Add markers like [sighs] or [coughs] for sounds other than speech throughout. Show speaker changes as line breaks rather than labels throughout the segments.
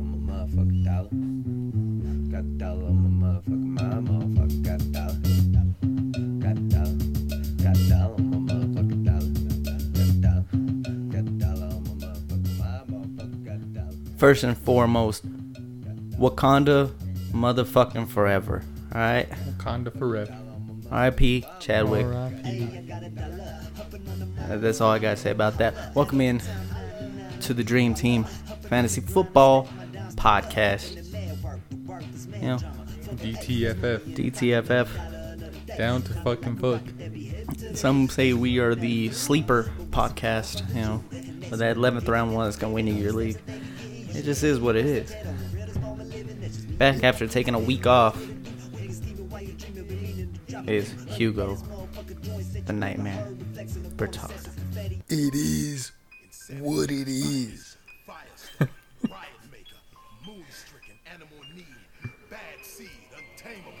motherfucking dollar. Got a dollar on my motherfucking mind, motherfucker. Got a dollar. Got a dollar. Got a dollar on my motherfucking dollar. Got a dollar. Got a dollar on my motherfucking mind, motherfucker. Got a dollar.
First and foremost, Wakanda motherfucking forever. All right.
Wakanda forever.
R.I.P. Chadwick.
R.I.P.
Uh, That's all I gotta say about that. Welcome in to the Dream Team Fantasy Football Podcast. You know,
DTFF.
DTFF.
Down to fucking fuck.
Some say we are the sleeper podcast. You know, but that 11th round one that's gonna win you your league. It just is what it is. Back after taking a week off is Hugo, the Nightmare, Bertard.
It is what it is.
Firestorm, riot maker, moon stricken, animal need, bad seed, untamable.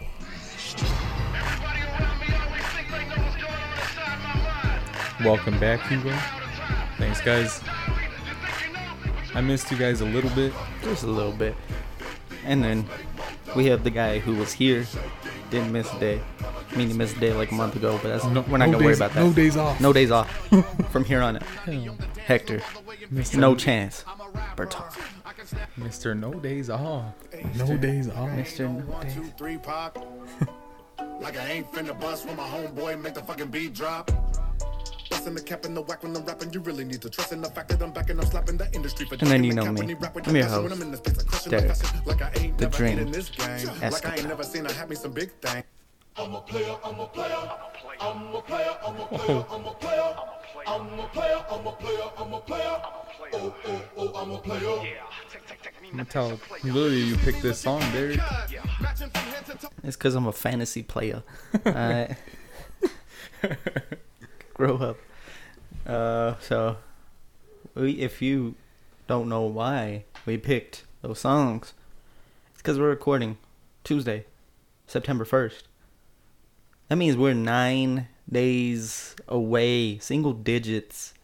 Everybody around me always think they know what's going on inside my mind.
Welcome back, Hugo. Thanks, guys.
You think you know, but
I missed you guys a little bit.
Just a little bit. And then we have the guy who was here, didn't miss a day. I mean, he missed a day like a month ago, but that's
No-
we're not
no
gonna worry
days-
about that.
no days off.
No days off. From here on out.
[laughs]
Hector, no chance. Bertard.
Mr. No Days Off.
No days off.
Mr. No
One, two,
Days. [laughs]
three, pop. Like I ain't finna bust when my homeboy make the fucking beat drop. Bustin' the cap and the whack when I'm rapping, you really need to trust in the fact that I'm back and I'm slapping the industry for
And then you know
jacking the cap
me.
when he rap with
I'm your
the passion
host,
when in the space, I crush it like
Derek,
fashion, like I ain't
the
never
Dream
in this game. Like I ain't
Escobar.
never seen I had me some big thing.
I'm gonna tell literally you picked this song, Derek.
Matching from head to toe.
It's because I'm a fantasy player.
[laughs]
Alright. Grow up. Uh, so, we, if you don't know why we picked those songs, it's because we're recording Tuesday, September 1st. That means we're nine days away, single digits,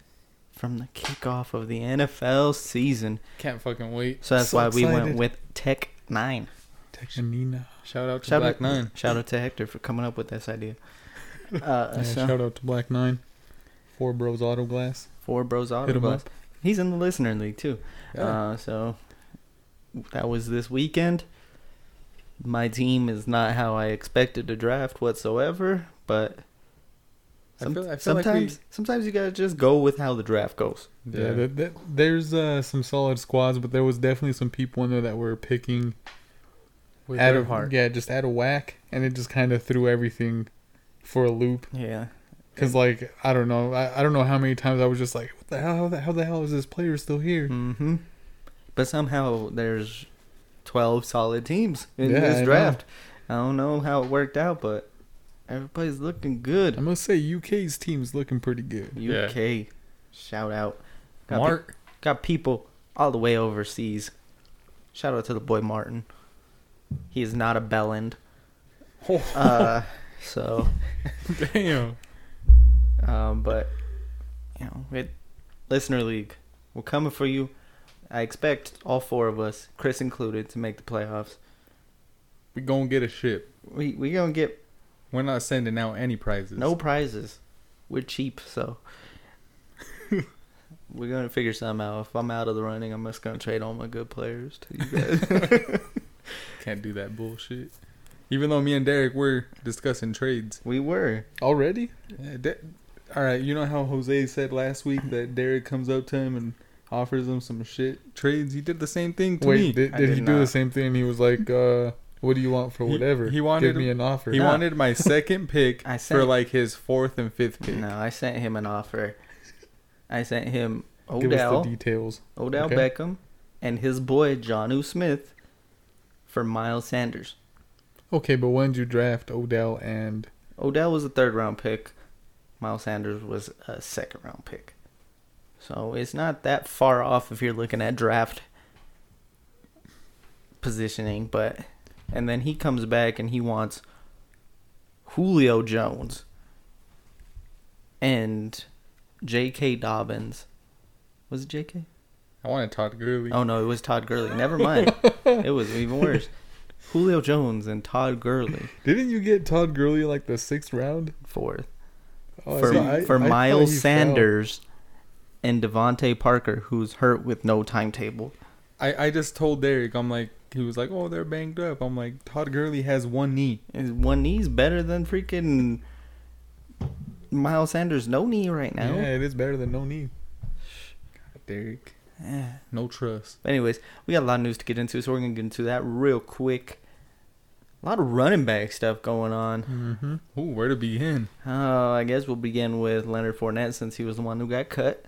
from the kickoff of the NFL season.
Can't fucking wait.
So that's
So
why we
excited.
went with Tech Nine.
And Shout out to
Shout
Black
out,
Nine.
Shout out to Hector for coming up with this idea. Uh,
[laughs] Yeah,
so-
Shout out to Black Nine. Four Bros Auto Glass.
Four Bros Auto
Hit 'em
Glass.
up.
He's in the listener league too.
Yeah.
Uh, so that was this weekend. My team is not how I expected to draft whatsoever, but
I
some-
feel- I feel like
sometimes
we-
sometimes you gotta just go with how the draft goes.
Yeah, that, that, there's uh, some solid squads, but there was definitely some people in there that were picking
With
out of yeah, just out of whack, and it just kind of threw everything for a loop.
Yeah.
Cause like I don't know, I, I don't know how many times I was just like, what the hell, how the, how the hell is this player still here?
Mm-hmm. But somehow there's twelve solid teams in
Yeah, I
this
know.
draft. I don't know how it worked out, but everybody's looking good.
I must say, UK's team's looking pretty good.
UK. Shout out. Got pe-
Mark,
got people all the way overseas. Shout out to the boy Martin. He is not a
[laughs]
bellend.
Oh.
Uh, so,
damn,
um, but you know, it, listener league, we're coming for you. I expect all four of us, Chris included, to make the playoffs.
we gonna get a ship.
We we gonna get
We're not sending out any prizes.
No prizes. We're cheap,
[laughs]
so we're gonna figure something out. If I'm out of the running, I'm just gonna trade all my good players to
[laughs]
you guys.
can't do that bullshit. Even though me and Derek were discussing trades
we were.
already. Yeah, De- all right, you know how Jose said last week that Derek comes up to him and offers him some shit trades. He did the same thing to
Wait,
me.
did,
I
did he
did
do the
not.
same thing? He was like, uh, "What do you want for
He-
whatever?"
he wanted
give me an offer.
He
No.
wanted my
[laughs]
second pick
I
for
said-
like his fourth and fifth pick.
No, I sent him an offer. I sent him
give us
Odell,
the details.
Odell
okay.
Beckham, and his boy Johnu Smith for Miles Sanders.
Okay, but when did you draft Odell and
Odell was a third round pick. Miles Sanders was a second round pick. So it's not that far off if you're looking at draft positioning, but and then he comes back and he wants Julio Jones and J.K. Dobbins. Was it J.K.?
I want to Todd Gurley.
Oh no, it was Todd Gurley. Never mind. it was even worse. Julio Jones and Todd Gurley
Didn't you get Todd Gurley like the sixth round?
fourth
Oh,
for
so I-
for
I thought he
Miles
fell.
Sanders and Devontae Parker, who's hurt with no timetable.
I, I just told Derek, I'm like, he was like, oh, they're banged up. I'm like, Todd Gurley has one knee.
His one knee's better than freaking Miles Sanders' no knee right now.
Yeah, it is better than no knee. God, Derek.
Yeah.
No trust.
Eh. Anyways, we got a lot of news to get into, so we're gonna get into that real quick. A lot of running back stuff going on.
Mm-hmm. Ooh, where to begin?
Uh, I guess we'll begin with Leonard Fournette since he was the one who got cut.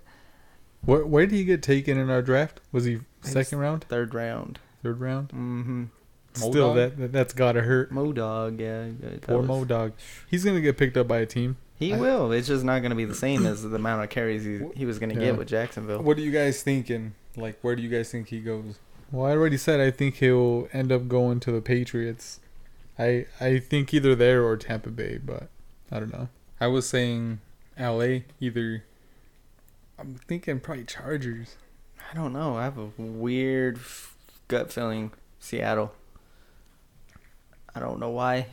Where, where did he get taken in our draft? Was he second round?
Third round.
Third round?
Mm-hmm.
Still, Still, that, that, that's got to hurt.
Modog, yeah. that
Poor
was-
Mo Dog. He's going to get picked up by a team.
He
I-
will. It's just not going to be the same as the amount of carries he, he was going to
Yeah.
get with Jacksonville.
What are you guys thinking? Like, where do you guys think he goes? Well, I already said I think he'll end up going to the Patriots. I I think either there or Tampa Bay, but I don't know. I was saying L.A. Either. I'm thinking probably Chargers.
I don't know. I have a weird f- gut feeling Seattle. I don't know why.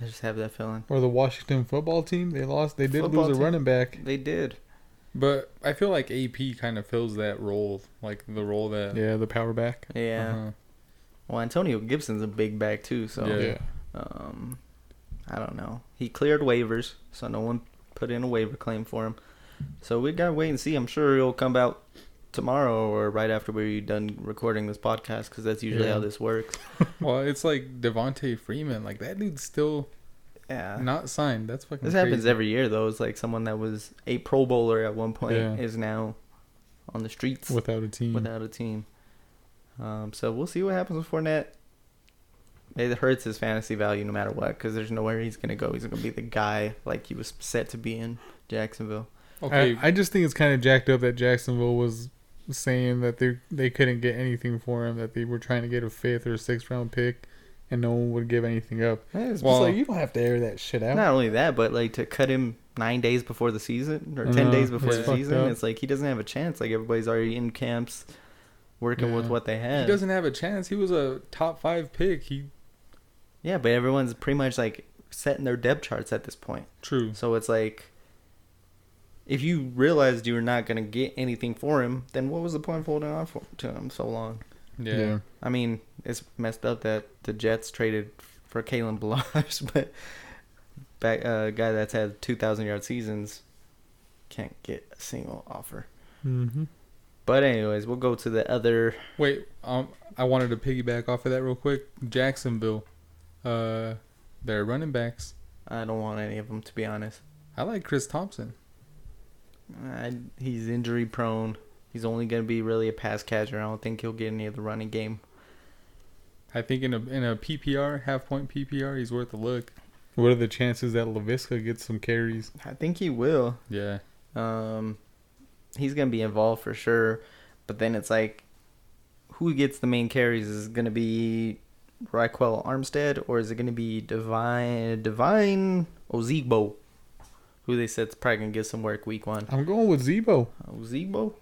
I just have that feeling.
or the Washington football team. They lost. They did
Football
lose a
team.
running back.
They did.
But I feel like AP kind of fills that role, like the role that
Yeah, the uh, power back.
Yeah.
Uh-huh.
Well, Antonio Gibson's a big back too, so
Yeah.
um I don't know. He cleared waivers, so no one put in a waiver claim for him. So we gotta wait and see. I'm sure he'll come out tomorrow or right after we're done recording this podcast, because that's usually
Yeah.
how this works.
Well, it's like Devonte Freeman, like that dude's still
Yeah.
not signed. That's fucking.
this
crazy.
happens every year though. It's like someone that was a Pro Bowler at one point
Yeah.
is now on the streets
without a team.
without a team. Um, so we'll see what happens with Fournette. It hurts his fantasy value no matter what because there's nowhere he's gonna go. He's gonna be the guy like he was set to be in Jacksonville.
Okay,
I, I just think it's kind of jacked up that Jacksonville was saying that they they couldn't get anything for him. That they were trying to get a fifth or sixth round pick, and no one would give anything up. It's just
Well-
like you don't have to air that shit out.
Not only that, but like to cut him nine days before the season or ten
know,
days before
Mm-hmm. it's
the
fucked
season,
up.
it's like he doesn't have a chance. Like everybody's already in camps, working with
Yeah.
what they
he
have.
doesn't have a chance. He was a top five pick. He
Yeah, but everyone's pretty much like setting their depth charts at this point.
True.
So it's like, if you realized you were not going to get anything for him, then what was the point of holding on for, to him so long?
yeah.
I mean, it's messed up that the Jets traded for Kalen Balazs, [laughs] but back a guy that's had two thousand yard seasons can't get a single offer.
Mm-hmm.
But anyways, we'll go to the other.
Wait, um, I wanted to piggyback off of that real quick. Jacksonville, uh, their running backs.
I don't want any of them to be honest.
I like Chris Thompson.
I, he's injury prone. He's only going to be really a pass catcher. I don't think he'll get any of the running game.
I think in a in a PPR half point PPR, he's worth a look.
What are the chances that Lavisca gets some carries?
I think he will.
Yeah,
Um, he's gonna be involved for sure, but then it's like, who gets the main carries is it gonna be Raquel Armstead or is it gonna be Divine Divine Ozigbo, who they said's probably gonna get some work week one.
I'm going with Zebo.
Ozigbo,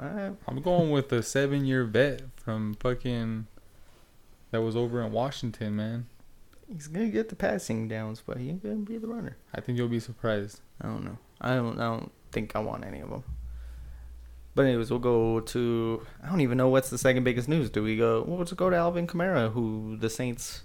alright,
I'm going with a seven year vet from fucking that was over in Washington, man.
he's gonna get the passing downs, but he ain't gonna be the runner.
I think you'll be surprised.
I don't know. I don't. I don't think I want any of them. But anyways, we'll go to. I don't even know what's the second biggest news. Do we go? Well, let's go to Alvin Kamara, who the Saints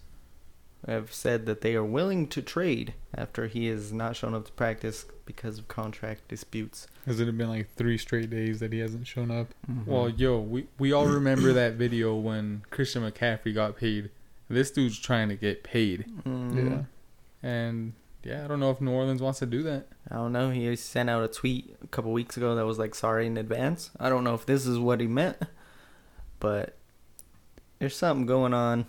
have said that they are willing to trade after he has not shown up to practice because of contract disputes.
Has it been like three straight days that he hasn't shown up?
Mm-hmm.
Well, yo, we, we all remember that video when Christian McCaffrey got paid. This dude's trying to get paid.
Mm,
And yeah, I don't know if New Orleans wants to do that.
I don't know. He sent out a tweet a couple weeks ago that was like, sorry in advance. I don't know if this is what he meant, but there's something going on.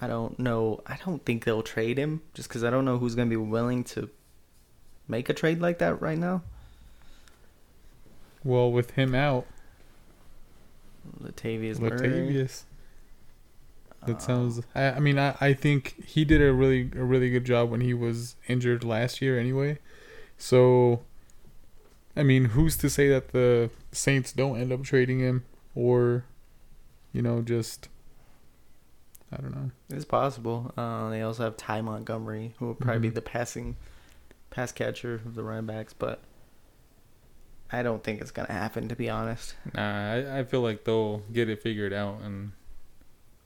I don't know. I don't think they'll trade him just because I don't know who's going to be willing to make a trade like that right now.
Well, with him out,
Latavius Murray. Uh,
Latavius. That sounds. I, I mean, I, I think he did a really a really good job when he was injured last year. Anyway, so I mean, who's to say that the Saints don't end up trading him or you know just I don't know.
It's possible. Uh, they also have Ty Montgomery, who will probably be
Mhm.
the passing pass catcher of the running backs, but I don't think it's gonna happen to be honest.
Nah, I, I feel like they'll get it figured out. And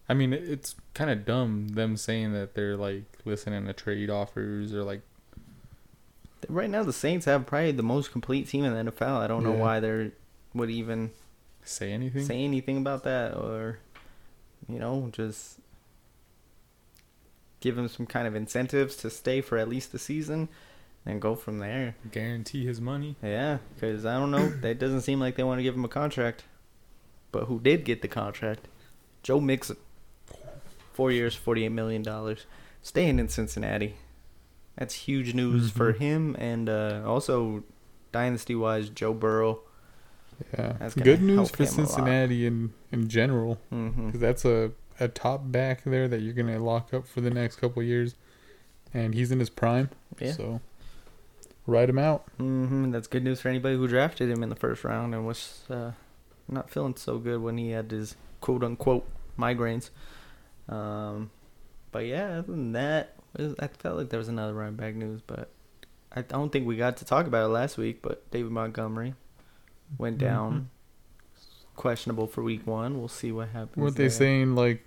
I mean, it- it's kind of dumb them saying that they're like listening to trade offers or like
Right now, the Saints have probably the most complete team in the NFL. I don't know
Yeah.
why they would even
say anything.
say anything about that, or you know, just give him some kind of incentives to stay for at least the season, and go from there.
Guarantee his money.
Yeah, because I don't know. That doesn't seem like they want to give him a contract. But who did get the contract? Joe Mixon. Four years, $48 million. Staying in Cincinnati. That's huge news for him. And uh, also, dynasty wise, Joe Burrow.
Yeah,
That's gonna
good news
help
for
him a lot.
Cincinnati in in general
hmm
because that's a a top back there that you're gonna lock up for the next couple years, and he's in his prime.
Yeah.
So ride him out.
hmm That's good news for anybody who drafted him in the first round and was uh, not feeling so good when he had his quote unquote migraines. Um, but yeah, other than that, it- I felt like there was another running back news, but I don't think we got to talk about it last week. But David Montgomery went down, questionable for week one. We'll see what happens.
Weren't they
there.
saying like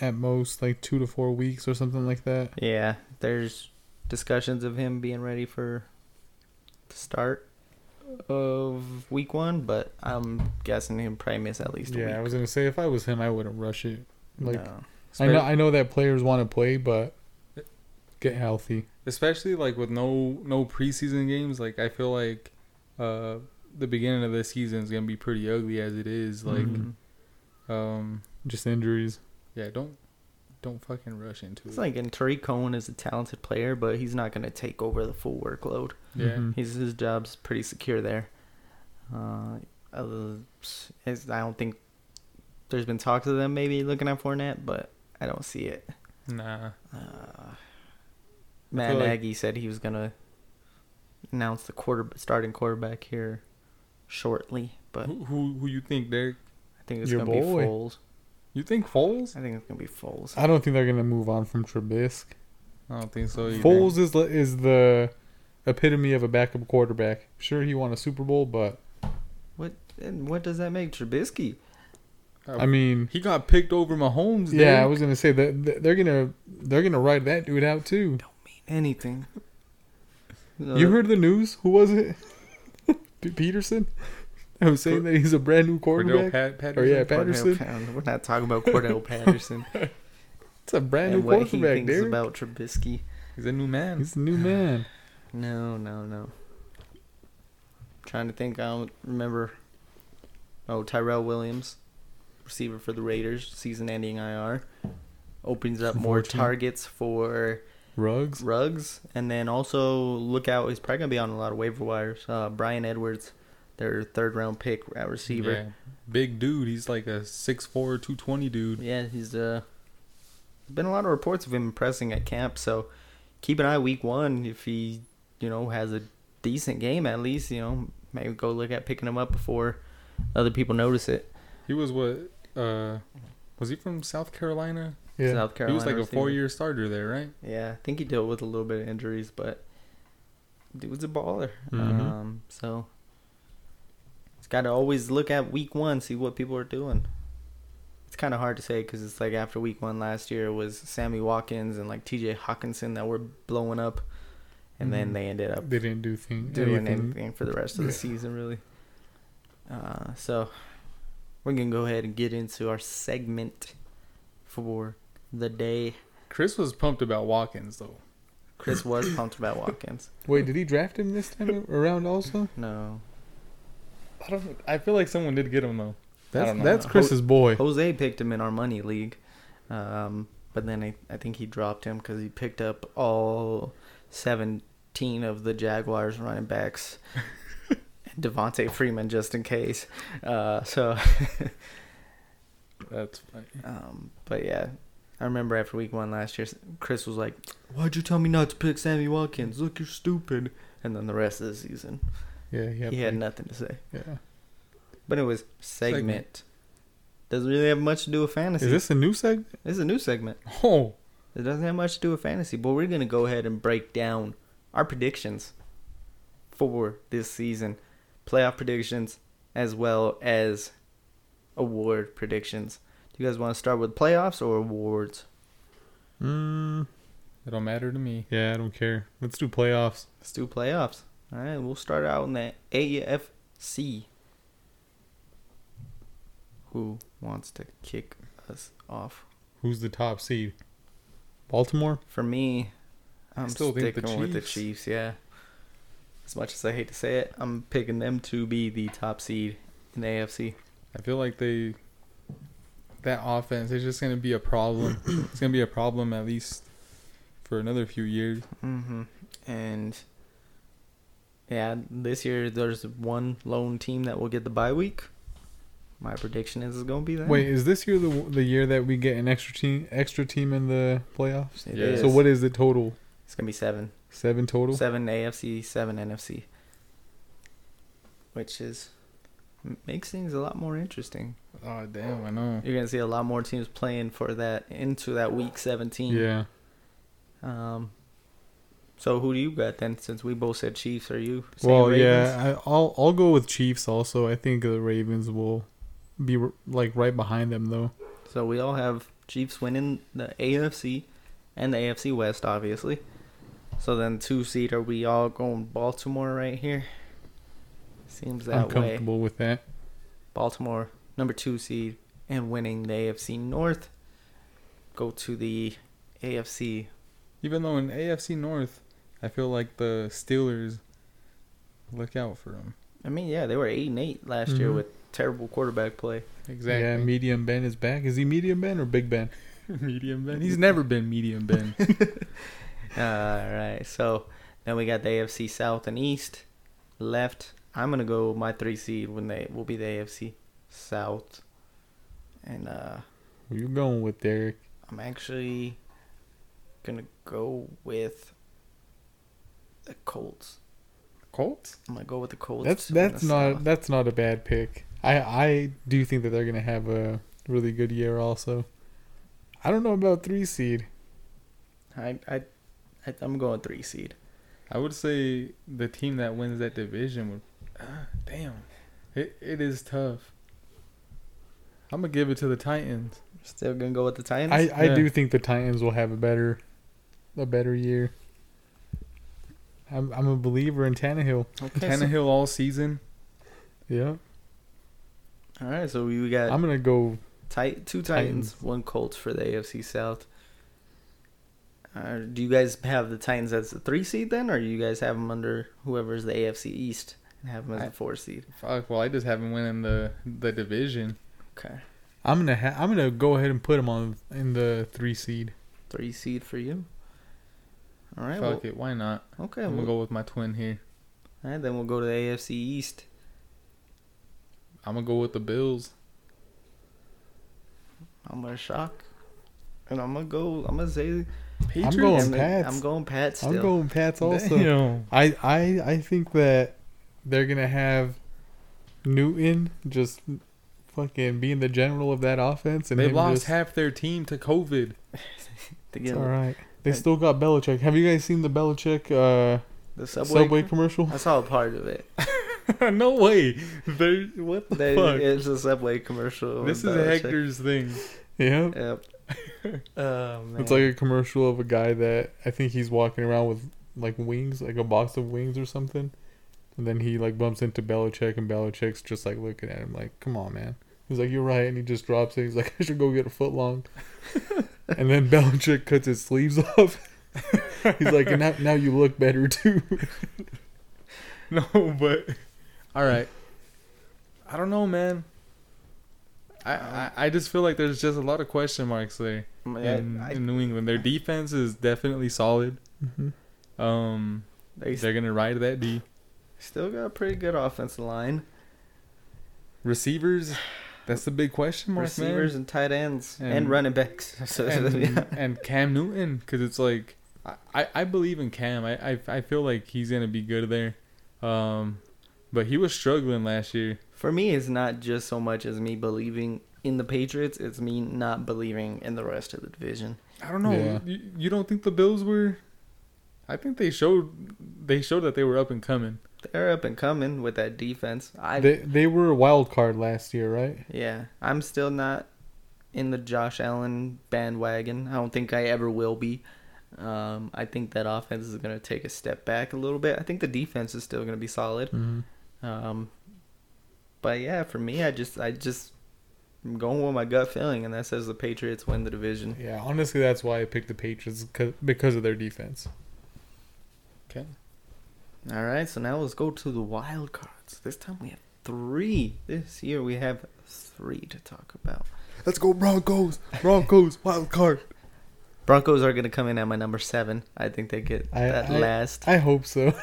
at most like two to four weeks or something like that?
Yeah, there's discussions of him being ready for the start of week one, but I'm guessing he'll probably miss at least a
yeah, I
week.
was gonna say if I was him, I wouldn't rush it. Like
No.
I know I know that players want to play, but get healthy.
especially like with no no preseason games like i feel like uh the beginning of the season is gonna be pretty ugly as it is like
Mhm.
um
Just injuries.
yeah don't don't fucking rush into
It's
it
like, and Tariq Cohen is a talented player, but he's not going to take over the full workload.
yeah
Mhm.
He's his job's pretty secure there. Uh, other- it's- I don't think there's been talks of them maybe looking at Fournette, but I don't see it.
nah
Uh, Matt
like-
Nagy said he was gonna announce the quarter starting quarterback here shortly, but
who, who who you think Derek?
I think it's
Hmm? Your
gonna be
boy.
Foles.
you think Foles?
I think it's gonna be Foles.
I don't think they're gonna move on from Trubisky.
I don't think so. Either.
Foles is is the epitome of a backup quarterback. Sure, he won a Super Bowl, but
What and what does that make Trubisky? Oh.
I mean,
he got picked over Mahomes.
yeah, I
Yeah,
was gonna say that that they're gonna they're gonna ride that dude out too.
Mean anything?
[laughs] You
Uh,
heard the news? Who was it? [laughs] P- Peterson. [laughs] I was saying that he's a brand new
Cordell
quarterback.
Pat,
Or yeah,
Patterson.
Cordell
Patterson.
Pat- We're not talking about
[laughs]
Cordell Patterson
It's a brand new
and what he
quarterback,
thinks
dude.
about Trubisky.
He's a new man.
He's a
[laughs]
new man.
No, no, no. trying to think. I don't remember. Oh, Tyrell Williams, receiver for the Raiders, season-ending IR, opens up more
Unfortunate.
targets for
Rugs.
Rugs, and then also look out. He's probably gonna be on a lot of waiver wires. Uh, Brian Edwards, their third-round pick at
yeah,
receiver.
big dude. He's like a 6'4", 220 dude.
Yeah, he's uh, been a lot of reports of him impressing at camp. So keep an eye week one if he, you know, has a decent game at least. You know, maybe go look at picking him up before other people notice it.
He was what? Uh, was he from South Carolina?
Yeah.
South Carolina.
he was like a
receiver.
four-year starter there, right?
Yeah, I think he dealt with a little bit of injuries, but dude was a baller.
Mhm.
Um, so it's got to always look at week one, see what people are doing. It's kind of hard to say because it's like after week one last year was Sammy Watkins and like T.J. Hawkinson that were blowing up, and then
Mhm.
they ended up
They didn't do thing,
doing
anything.
anything for the rest of the
Yeah.
season, really. Uh, so we're gonna go ahead and get into our segment for the day.
Chris was pumped about Watkins though.
Chris was pumped about Watkins.
Wait, did he draft him this time [laughs] around? Also,
No.
I don't. I feel like someone did get him though.
that's
know.
that's
Ho-
Chris's boy.
Jose picked him in our money league. Um, but then I, I think he dropped him because he picked up all 17 of the Jaguars running
[laughs]
backs and Devontae Freeman just in case. Uh, so,
That's funny.
um, but yeah. I remember after week one last year, Chris was like, Why'd you tell me not to pick Sammy Watkins? Look, you're stupid. And then the rest of the season,
Yeah, yeah,
he had nothing to say.
yeah.
But it was segment. Doesn't really have much to do with fantasy.
Is this a new segment?
This is a new segment.
Oh,
It doesn't have much to do with fantasy, but we're gonna go ahead and break down our predictions for this season, playoff predictions, as well as award predictions. Do you guys want to start with playoffs or awards?
mm,
It don't matter to me.
yeah. I don't care. Let's do playoffs.
Let's do playoffs. All right, we'll start out in the AFC. Who wants to kick us off?
Who's the top seed? Baltimore.
For me, I'm
still
sticking
think the
with the
Chiefs.
Chiefs. Yeah. As much as I hate to say it, I'm picking them to be the top seed in the AFC.
I feel like they that offense is just gonna be a
[clears throat]
problem. it's gonna be a problem at least for another few years.
hmm
Mm-hmm.
And yeah, this year there's one lone team that will get the bye week. My prediction is it's going to be them.
Wait, is this year the the year that we get an extra team extra team in the playoffs?
It
Yeah.
is.
So what is the total?
It's going to be seven.
Seven total.
Seven AFC, seven NFC, which is m- makes things a lot more interesting.
Oh damn, I know.
You're gonna see a lot more teams playing for that into that Week 17.
Yeah.
Um. So who do you got then? Since we both said Chiefs, are you? saying
Well,
Ravens?
yeah. I, I'll I'll go with Chiefs. Also, I think the Ravens will be r- like right behind them though.
So we all have Chiefs winning the AFC and the AFC West, obviously. So then two seed, are we all going Baltimore right here? Seems that
I'm
way.
comfortable with that.
Baltimore, number two seed, and winning the AFC North, go to the AFC.
Even though in AFC North, I feel like the Steelers look out for them.
I mean, yeah, they were eight and eight last year
Mhm.
with terrible quarterback play.
Exactly.
Yeah. Medium Ben is back. Is he Medium Ben or Big Ben?
[laughs] medium Ben. He's never been medium
[laughs]
Ben.
All right, so then we got the AFC South and East left. I'm gonna go my three seed when they will be the AFC South, and uh,
Who you going with Derek?
I'm actually gonna go with the Colts.
Colts?
I'm gonna go with the Colts.
That's
to win
that's
the
not
South.
that's not a bad pick. I I do think that they're gonna have a really good year. Also, I don't know about three seed.
I, I, I I'm going three seed.
I would say the team that wins that division would. Ah, damn, it it is tough. I'm gonna give it to the Titans.
Still gonna go with the Titans.
I, I
Yeah.
do think the Titans will have a better a better year. I'm I'm a believer in Tannehill.
okay,
Tannehill all season.
Yeah.
So, all right, so we got
I'm gonna go
tight two Titans,
Titans.
one Colts for the AFC South. Uh, do you guys have the Titans as the three seed then, or you guys have them under whoever's the AFC East and have them as
I-
the four seed?
Fuck. Well, I just haven't winning the the division.
Okay,
I'm gonna ha- I'm gonna go ahead and put him on in the three seed.
three seed for you. All right,
Fuck
well,
it. Why not?
okay,
I'm
we'll,
gonna go with my twin here.
all right, then we'll go to the AFC East.
I'm gonna go with the Bills.
I'm gonna shock, and I'm gonna go. I'm gonna say
I'm going
I'm,
Pats.
I'm going Pat still.
I'm going Pats also.
Damn.
I, I I think that they're gonna have Newton just fucking being the general of that offense, and
They
him
lost
just-
half their team to COVID.
to
It's
get
all right. They
And-
still got Belichick. Have you guys seen the Belichick uh,
the
subway,
subway. [laughs]
commercial?
I saw a part of it.
[laughs] no way. They what the
They,
fuck?
it's a subway commercial.
this is
about a chick-
Hector's thing.
Yeah,
Yep. oh man.
it's like a commercial of a guy that I think he's walking around with like wings, like a box of wings or something, and then he like bumps into Belichick, and Belichick's just like looking at him like, "Come on, man." He's like, "You're right," and he just drops it. He's like, "I should go get a
[laughs]
foot long," and then Belichick cuts his sleeves [laughs] off. he's like, and now, now you look better too.
[laughs] No, but all right. I don't know, man. I, I I just feel like there's just a lot of question marks there in,
I-
in New England. Their defense is definitely solid.
Mhm.
Um,
they s-
they're gonna ride that D.
still got a pretty good offensive line.
Receivers, that's the big question mark,
Receivers and tight ends and,
And-
running backs. [laughs] So
man.
yeah.
And, and Cam Newton, because it's like I, I, I believe in Cam. I, I I feel like he's gonna be good there. Um, but he was struggling last year.
for me, it's not just so much as me believing in the Patriots, it's me not believing in the rest of the division.
I don't know.
Yeah.
You, you don't think the Bills were? I think they showed they showed that they were up and coming.
They're up and coming with that defense. I
They they were a wild card last year, right?
yeah, I'm still not in the Josh Allen bandwagon. I don't think I ever will be. Um, I think that offense is going to take a step back a little bit. I think the defense is still going to be solid.
Mm-hmm.
Um, but yeah, for me, I just I just I'm going with my gut feeling, and that says the Patriots win the division.
Yeah, honestly, that's why I picked the Patriots 'cause- because of their defense.
All right, so now let's go to the wild cards. This time we have three. This year we have three to talk about.
Let's go Broncos. Broncos wild card.
Broncos are going to come in at my number seven. I think they get
I-
that
I-
last.
I hope so.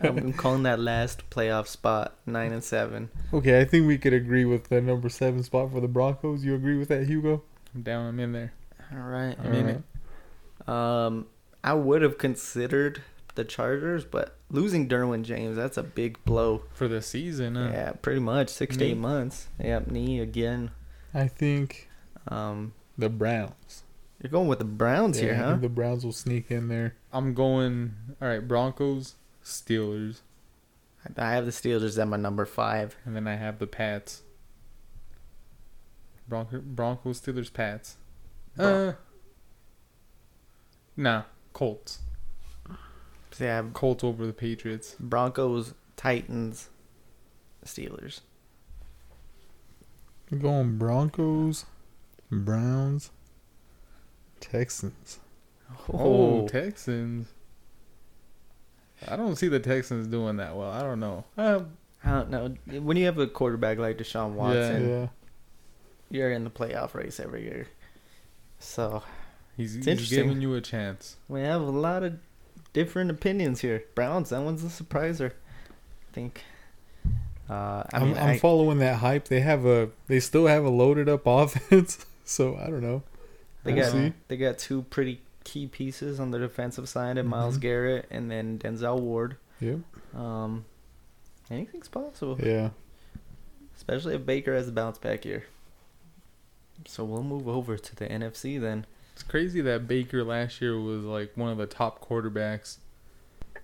I'm calling that last playoff spot nine and seven.
okay, I think we could agree with the number seven spot for the Broncos. You agree with that, Hugo?
I'm down. I'm in there.
All right.
I'm in it.
Alright.
Um, I would have considered the Chargers, but losing Derwin James that's a big blow.
for the season. Huh?
Yeah, pretty much six to
Knee?
eight months. Yep, knee again.
I think
Um,
the Browns.
you're going with the Browns
Yeah,
here,
I
huh?
think the Browns will sneak in there.
I'm going. All right, Broncos, Steelers,
I have the Steelers at my number five.
and then I have the Pats. Bronco, Broncos, Steelers, Pats. Uh,
Bron-
nah, Colts.
See, I have
Colts over the Patriots.
Broncos, Titans, Steelers.
We're going Broncos, Browns, Texans.
Oh, Texans. I don't see the Texans doing that well. I don't know. Uh,
I don't know. When you have a quarterback like Deshaun Watson,
Yeah,
you're in the playoff race every year. So
he's, he's
interesting.
giving you a chance.
we have a lot of different opinions here. Browns, that one's a surpriser. I think. Uh, I
I
mean,
am I'm
I-
following that hype. They have a, they still have a loaded up [laughs] offense. So I don't know.
they
we'll
got
see.
they got two pretty key pieces on the defensive side, and Miles
Mhm.
Garrett, and then Denzel Ward.
Yep.
Um, anything's possible.
Yeah.
especially if Baker has a bounce back year. So we'll move over to the NFC then.
It's crazy that Baker last year was like one of the top quarterbacks,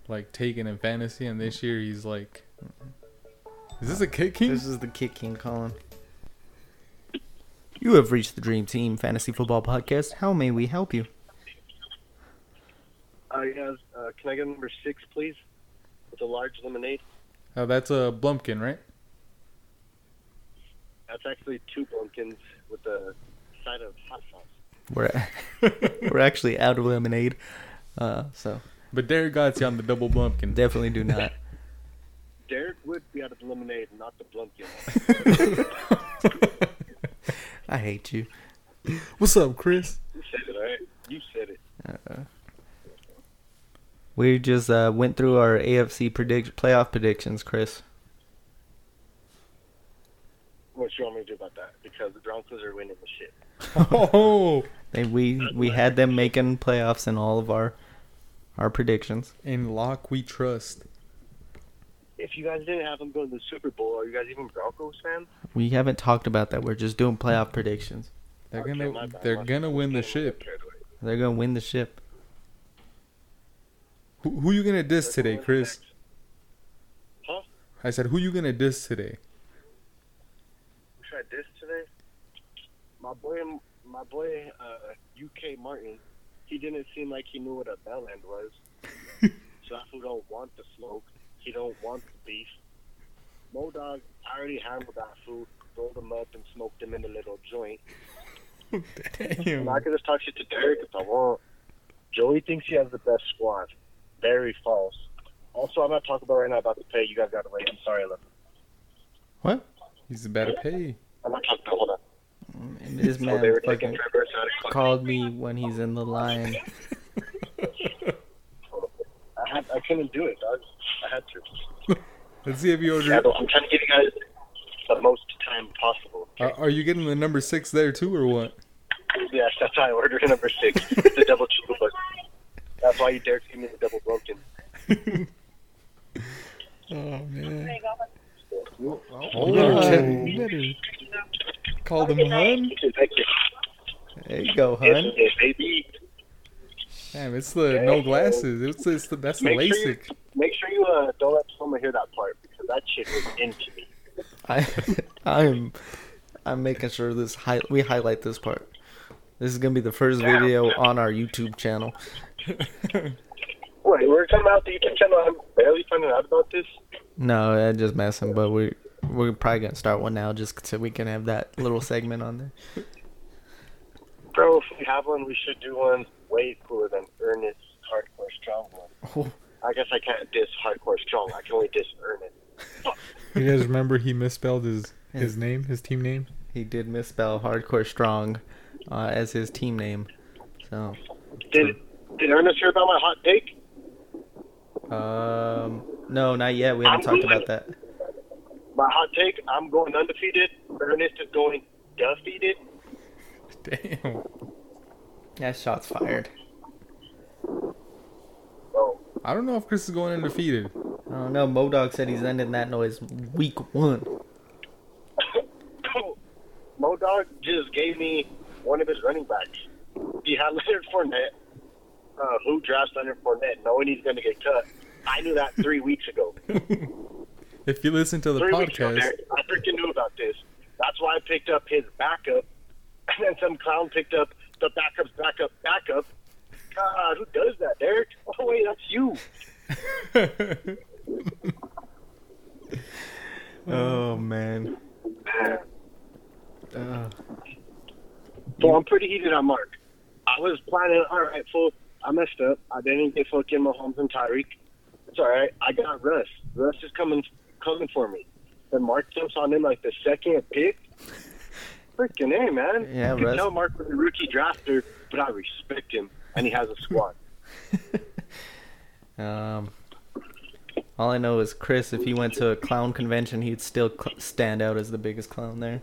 like taken in fantasy, and this year he's like, is this a kick king?
This is the Kick King Colin. You have reached the Dream Team Fantasy Football Podcast. How may we help you?
Uh, guys, uh, can I get number six, please? With a large lemonade.
Oh, that's a Blumpkin, right?
That's actually two pumpkins with a side of hot sauce.
We're [laughs] we're actually out of lemonade, uh, so
But Derek got you on the double Blumpkin.
definitely do not.
[laughs] Derek would be out of the lemonade, not the pumpkin.
[laughs] I hate you.
What's up, Chris?
You said it, all right? You said it.
We just uh, went through our AFC predict playoff predictions, Chris.
What you want me to do about that? Because the Broncos are winning the shit.
oh,
They, we we had them making playoffs in all of our our predictions.
in Locke we trust.
If you guys didn't have them go to the Super Bowl, are you guys even Broncos fans?
We haven't talked about that. We're just doing playoff predictions.
They're
Okay, Oh, my
gonna,
bad.
they're gonna win the ship.
They're gonna win the ship.
Who, who you gonna diss today, Chris?
Huh?
I said, who you gonna diss today?
We tried this today. My boy, my boy, uh, UK Martin, he didn't seem like he knew what a bell end was. so I who don't want the smoke. He don't want the beef. Modog, I already handled that food, rolled him up and smoked him in a little joint. And I
Damn.
could just talk shit to Derek if I want. Joey thinks he has the best squad. Very false. Also, I'm not talking about right now about the pay. You guys got to wait. I'm sorry, look.
He's about to pay.
I'm not talking about. Hold on.
And this
[laughs] Oh,
man
they were taking
fucking
Trevor's out of
called me when he's in the
[laughs]
line.
I had, I couldn't do it, dog. I had to.
Let's see if you
Yeah,
order.
but I'm trying to give you guys the most time possible.
Are, are you getting the number six there too, or what?
Yes, that's how I ordered number six, the double chalupa. That's why you dare to give me the double broken.
Oh man.
Oh,
[laughs] You better call them hun.
There you go, hun.
baby.
Damn, it's the no glasses. It's, it's the, that's the
Make sure you-
LASIK.
Make sure you uh, don't let someone hear that part because that shit was into me.
[laughs] I, I'm, I'm making sure this high, we highlight this part. This is gonna be the first video on our YouTube channel.
Wait, we're coming out the YouTube channel. I'm barely finding out about this.
No, I just messing, but we we're probably gonna start one now just so we can have that little segment on there.
Bro, if we have one, we should do one way cooler than Ernest Hardcore Strong one.
Oh.
I guess I can't diss Hardcore Strong. I can only diss Ernest.
You guys remember he misspelled his his name, his team name?
He did misspell hardcore strong uh, as his team name. So,
Did did Ernest hear about my hot take?
um, no, not yet. We haven't talked about that.
My hot take: I'm going undefeated. Ernest is going defeated.
Damn.
That shot's fired.
[coughs] Oh,
I don't know if Chris is going undefeated.
I don't know. Oh, Modog said he's ending that noise week one.
Modog just gave me one of his running backs. He had [laughs] Leonard Fournette. Uh, who drafts Leonard Fournette, knowing he's going to get cut? I knew that three [laughs] weeks ago.
If you listen to the
three weeks ago,
podcast,
Derek. I freaking knew about this. That's why I picked up his backup, [laughs] and then some clown picked up the backup's backup backup. God, who does that, Derek? [laughs] Oh wait, that's you.
Oh man. Uh,
So I'm pretty heated on Mark. I was planning, all right, fool, I messed up. I didn't get fucking Mahomes and Tyreek. It's all right. I got Russ. Russ is coming coming for me. And Mark jumps on him like the second pick. Freaking A, man.
Yeah,
you could
Russ-
tell Mark was a rookie drafter, but I respect him, and he has a squad.
um, all I know is Chris. If he went to a clown convention, he'd still cl- stand out as the biggest clown there.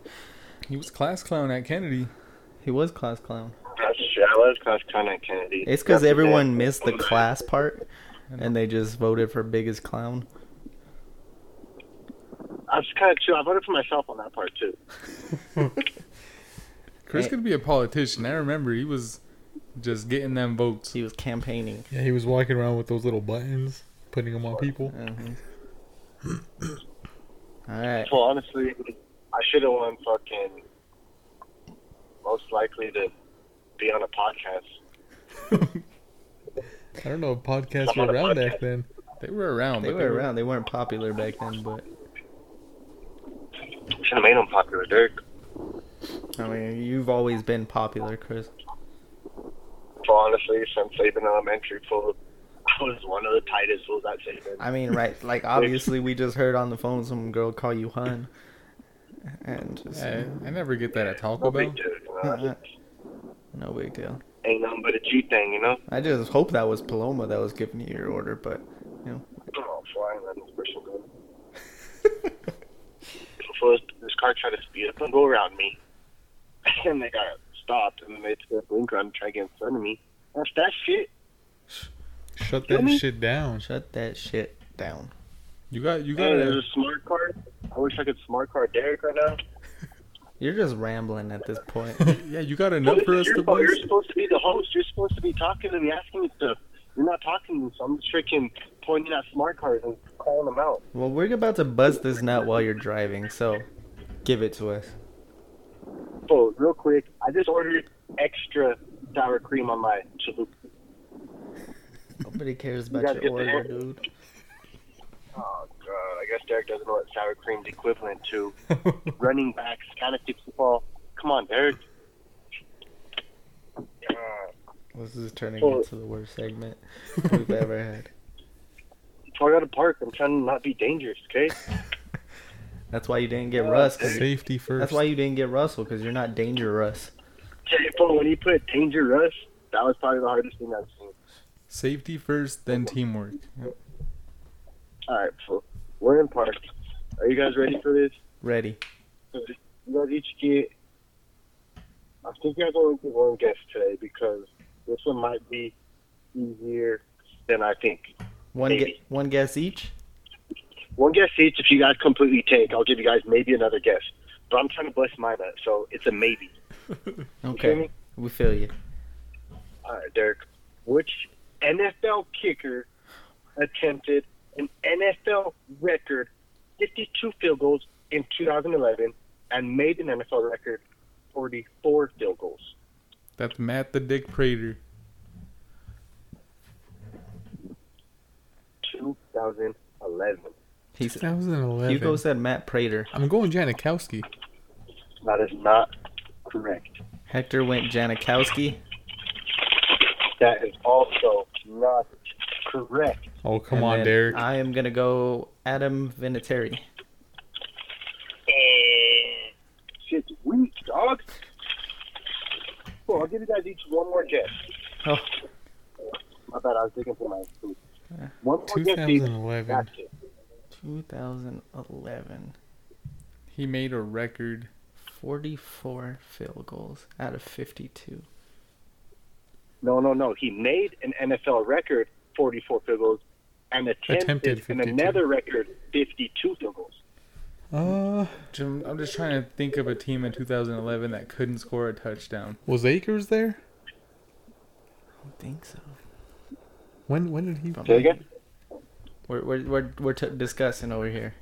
he was class clown at Kennedy.
He was class clown.
That's shit. I love Clash Con at Kennedy.
It's because
That's
everyone
it.
missed the class part, and they just voted for biggest clown.
I was kind of too. I voted for myself on that part too.
Chris
Hey.
could be a politician. I remember he was just getting them votes.
He was campaigning.
Yeah, he was walking around with those little buttons, putting them on people.
Mhm. All right.
Well, honestly, I should have won fucking most likely to be on a podcast.
I don't know if podcasts were around back then.
They were around.
They
but
were around. They weren't popular back then, but
Should have made him popular, Dirk.
I mean, you've always been popular, Chris.
Well, honestly, since Saban Elementary, fool, [laughs] I was one of the tightest fools at Saban.
I mean, right? Like, obviously, we just heard on the phone some girl call you hun, and just
I, I never get that at Taco
No big
Bell.
deal, you know?
Uh-uh. no big deal.
Ain't nothing but a G thing, you know.
I just hope that was Paloma that was giving you your order, but
Oh, flying let this person go. Fool, this car tried to speed up and go around me, [laughs] and they got stopped, and then they took a blink on to try to get in front of me. That's that shit.
Shut
Feel
that
me?
shit down.
shut that shit down.
You got you got
Man, Oh, there's
to
a smart card. I wish I could smart card Derek right now.
You're just rambling at this point. [laughs]
yeah you got enough for us
You're
to
supposed- You're
vote.
supposed to be the host. You're supposed to be talking to me, asking me stuff. You're not talking to me, so I'm just freaking pointing at smart cards and calling them out.
well, we're about to buzz this nut while you're driving, so give it to us.
So, real quick, I just ordered extra sour cream on my chalupa.
Nobody cares
guys
about
get
your
the
order,
hint?
dude.
Oh, God. I guess Derek doesn't know what sour cream's equivalent to. [laughs]
[laughs]
Running backs, fantasy football. Come on, Derek. Uh, Yeah.
This is turning
Well-
into the worst segment we've ever had.
So I gotta park. I'm trying to not be dangerous, okay?
That's why you didn't
Uh,
get Russ. 'cause-
Safety first.
that's why you didn't get Russell because you're not dangerous.
But when he put danger rush, that was probably the hardest thing I've seen.
Safety first, then teamwork.
All right, so we're in park. Are you guys ready for this?
Ready?
You guys each get. I think you guys only get one guess today because this one might be easier than I think.
One
Maybe.
gu- one guess each.
One guess each. If you guys completely tank, I'll give you guys maybe another guess. But I'm trying to bust mine up, so it's a maybe. hear
Okay.
me?
We feel you.
All right, Derek. Which NFL kicker attempted an NFL record 52 field goals in 2011 and made an NFL record 44 field goals?
That's Matt the Dick Prater.
2011.
He's,
2011.
Hugo said Matt Prater.
I'm going Janikowski.
That is not correct.
Hector went Janikowski.
That is also not correct.
Oh come
and
on,
then
Derek.
I am going to go Adam Vinatieri.
Eh, Shit's weak, dog. Cool, I'll give you guys each one more guess.
Oh.
My bad, I was digging for my food. One more guess each.
2011.
That's it.
2011.
He made a record.
44 field goals out of 52.
No, no, no. He made an NFL record, 44 field goals, and attempted,
Attempted
and
52.
another record, 52 field goals.
Uh,
Jim, I'm just trying to think of a team in 2011 that couldn't score a touchdown.
was Akers there?
I don't think so.
When when did he?
Say again?
We're, we're, we're, we're t- discussing over here.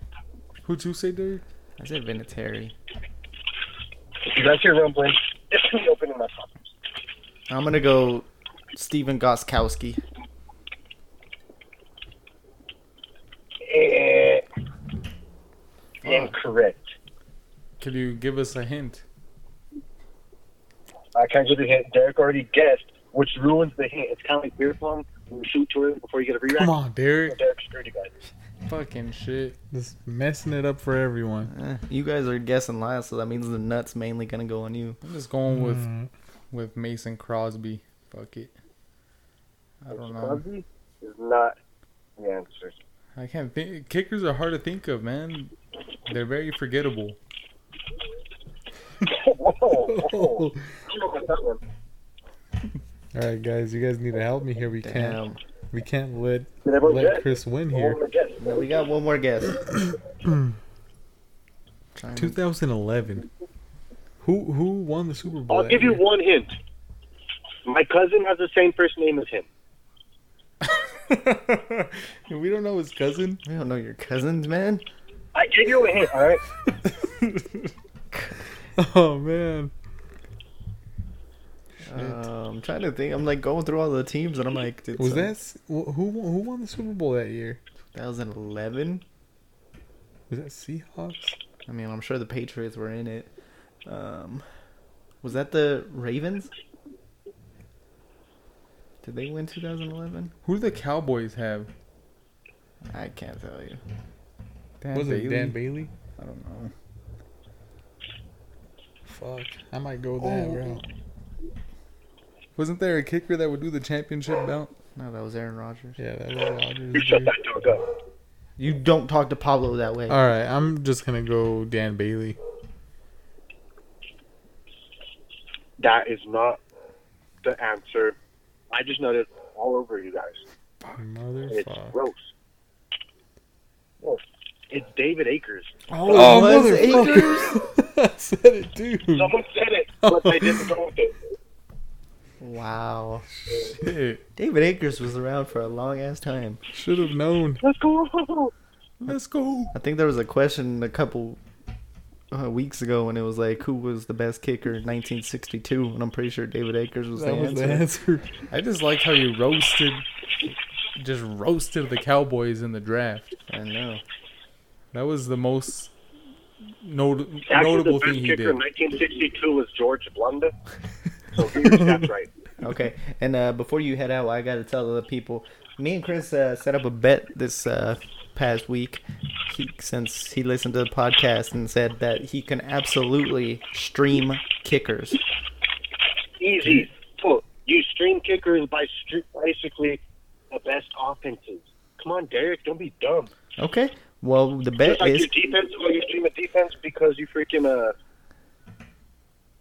Who'd you say, Derek?
I said Vinatieri.
You guys hear rumbling? It's me opening my pockets.
I'm going to go Steven Goskowski.
Eh, Incorrect.
Could you give us a hint?
I can't give you a hint. Derek already guessed, which ruins the hint. It's kind of like beer pong. You shoot two early before you get a reaction.
Come on, Derek.
Derek screwed you guys.
Fucking shit.
Just messing it up for everyone. [laughs]
Eh, you guys are guessing last, so that means the nuts mainly going to go on you.
I'm just going with
Mm.
with Mason Crosby. Fuck it. I don't know.
Crosby is not the answer. [laughs]
I can't think. Kickers are hard to think of, man. They're very forgettable.
Whoa,
All
whoa. I don't know
[laughs]
about that one.
right, guys, you guys need to help me here. We
Damn.
can't we can't let
Did everyone
let
guess?
Chris win
One
here.
more guess.
No, we got one more guess. Trying to-
2011. Who who won the Super Bowl?
I'll
that
give you
year?
one hint. My cousin has the same first name as him.
[laughs]
we don't know his cousin.
we don't know your cousins, man.
I gave you a hint, all
[laughs]
right?
Oh man.
Uh, I'm trying to think. I'm like going through all the teams, and I'm like, did
Was
some-
that s- wh- who won- who won the Super Bowl that year?
2011?
Was that Seahawks?
I mean, I'm sure the Patriots were in it. Um, was that the Ravens? Did they win 2011?
Who do the Cowboys have?
I can't tell you.
Dan
Was it
Bailey?
Dan Bailey?
I don't know.
Fuck, I might go that route.
Wasn't there a kicker that would do the championship belt?
No, that was Aaron Rodgers.
Yeah, that was Rodgers.
You shut
dude.
that dog up.
You don't talk to Pablo that way.
All right, I'm just gonna go Dan Bailey.
That is not the answer. I just noticed all over you guys. It's
Motherfucker.
gross. Oh, It's David Akers.
Oh,
was
motherfucker! [laughs] I said it, dude.
Someone said it, but they didn't go with it.
Wow.
Shit.
David Akers was around for a long ass time.
Should have known.
Let's go.
Let's go.
I think there was a question a couple uh, weeks ago when it was like, who was the best kicker in 1962? And I'm pretty sure David Akers was
That
the
was
answer.
the answer.
I just liked how you roasted, just roasted the Cowboys in the draft.
I know.
That was the most not-
Actually,
notable
the best
thing he
kicker
did.
in 1962 was George Blunda. [laughs] So get your stats right.
Okay, and uh, before you head out, I got to tell the people. Me and Chris uh, set up a bet this uh, past week. He, since he listened to the podcast and said that he can absolutely stream kickers.
Easy. Cool. You stream kickers by stre- basically the best offenses. Come on, Derek, don't be dumb.
Okay. Well, the
Just
bet
like
is
your defense, or you stream a defense because you freaking uh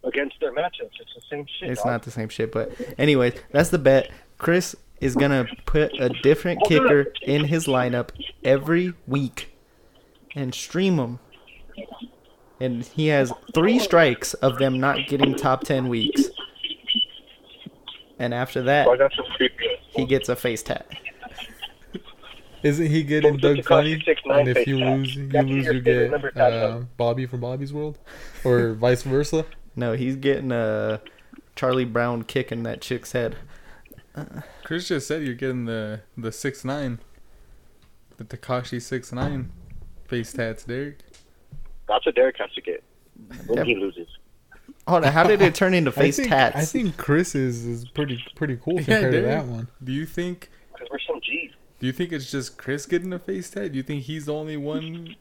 against their matchups. It's the same
[laughs]
shit.
it's
dog.
not the same shit, but anyways, that's the bet. Chris is gonna put a different kicker in his lineup every week. and stream them. And he has three strikes of them not getting top 10 weeks. And after that,
So I got some creepy.
he gets a face tat.
Isn't he getting
Well,
Doug
Takashi
Funny?
69
And if
face
you
tat.
lose, you
That's
lose,
your
you
favorite
get
number tat,
uh, Bobby from Bobby's World, or [laughs] vice versa.
No, he's getting a Charlie Brown kick in that chick's head.
Chris just said you're getting the the six nine, the Takashi six nine face tats, Derek.
That's what Derek has to get when
Yeah.
he loses.
Hold on, how did it turn into face
[laughs] I think,
tats?
I think Chris's is pretty pretty cool
Yeah,
compared to
dude.
that one.
Do you think
Because we're some G's.
do you think it's just Chris getting a face tat? Do you think he's the only one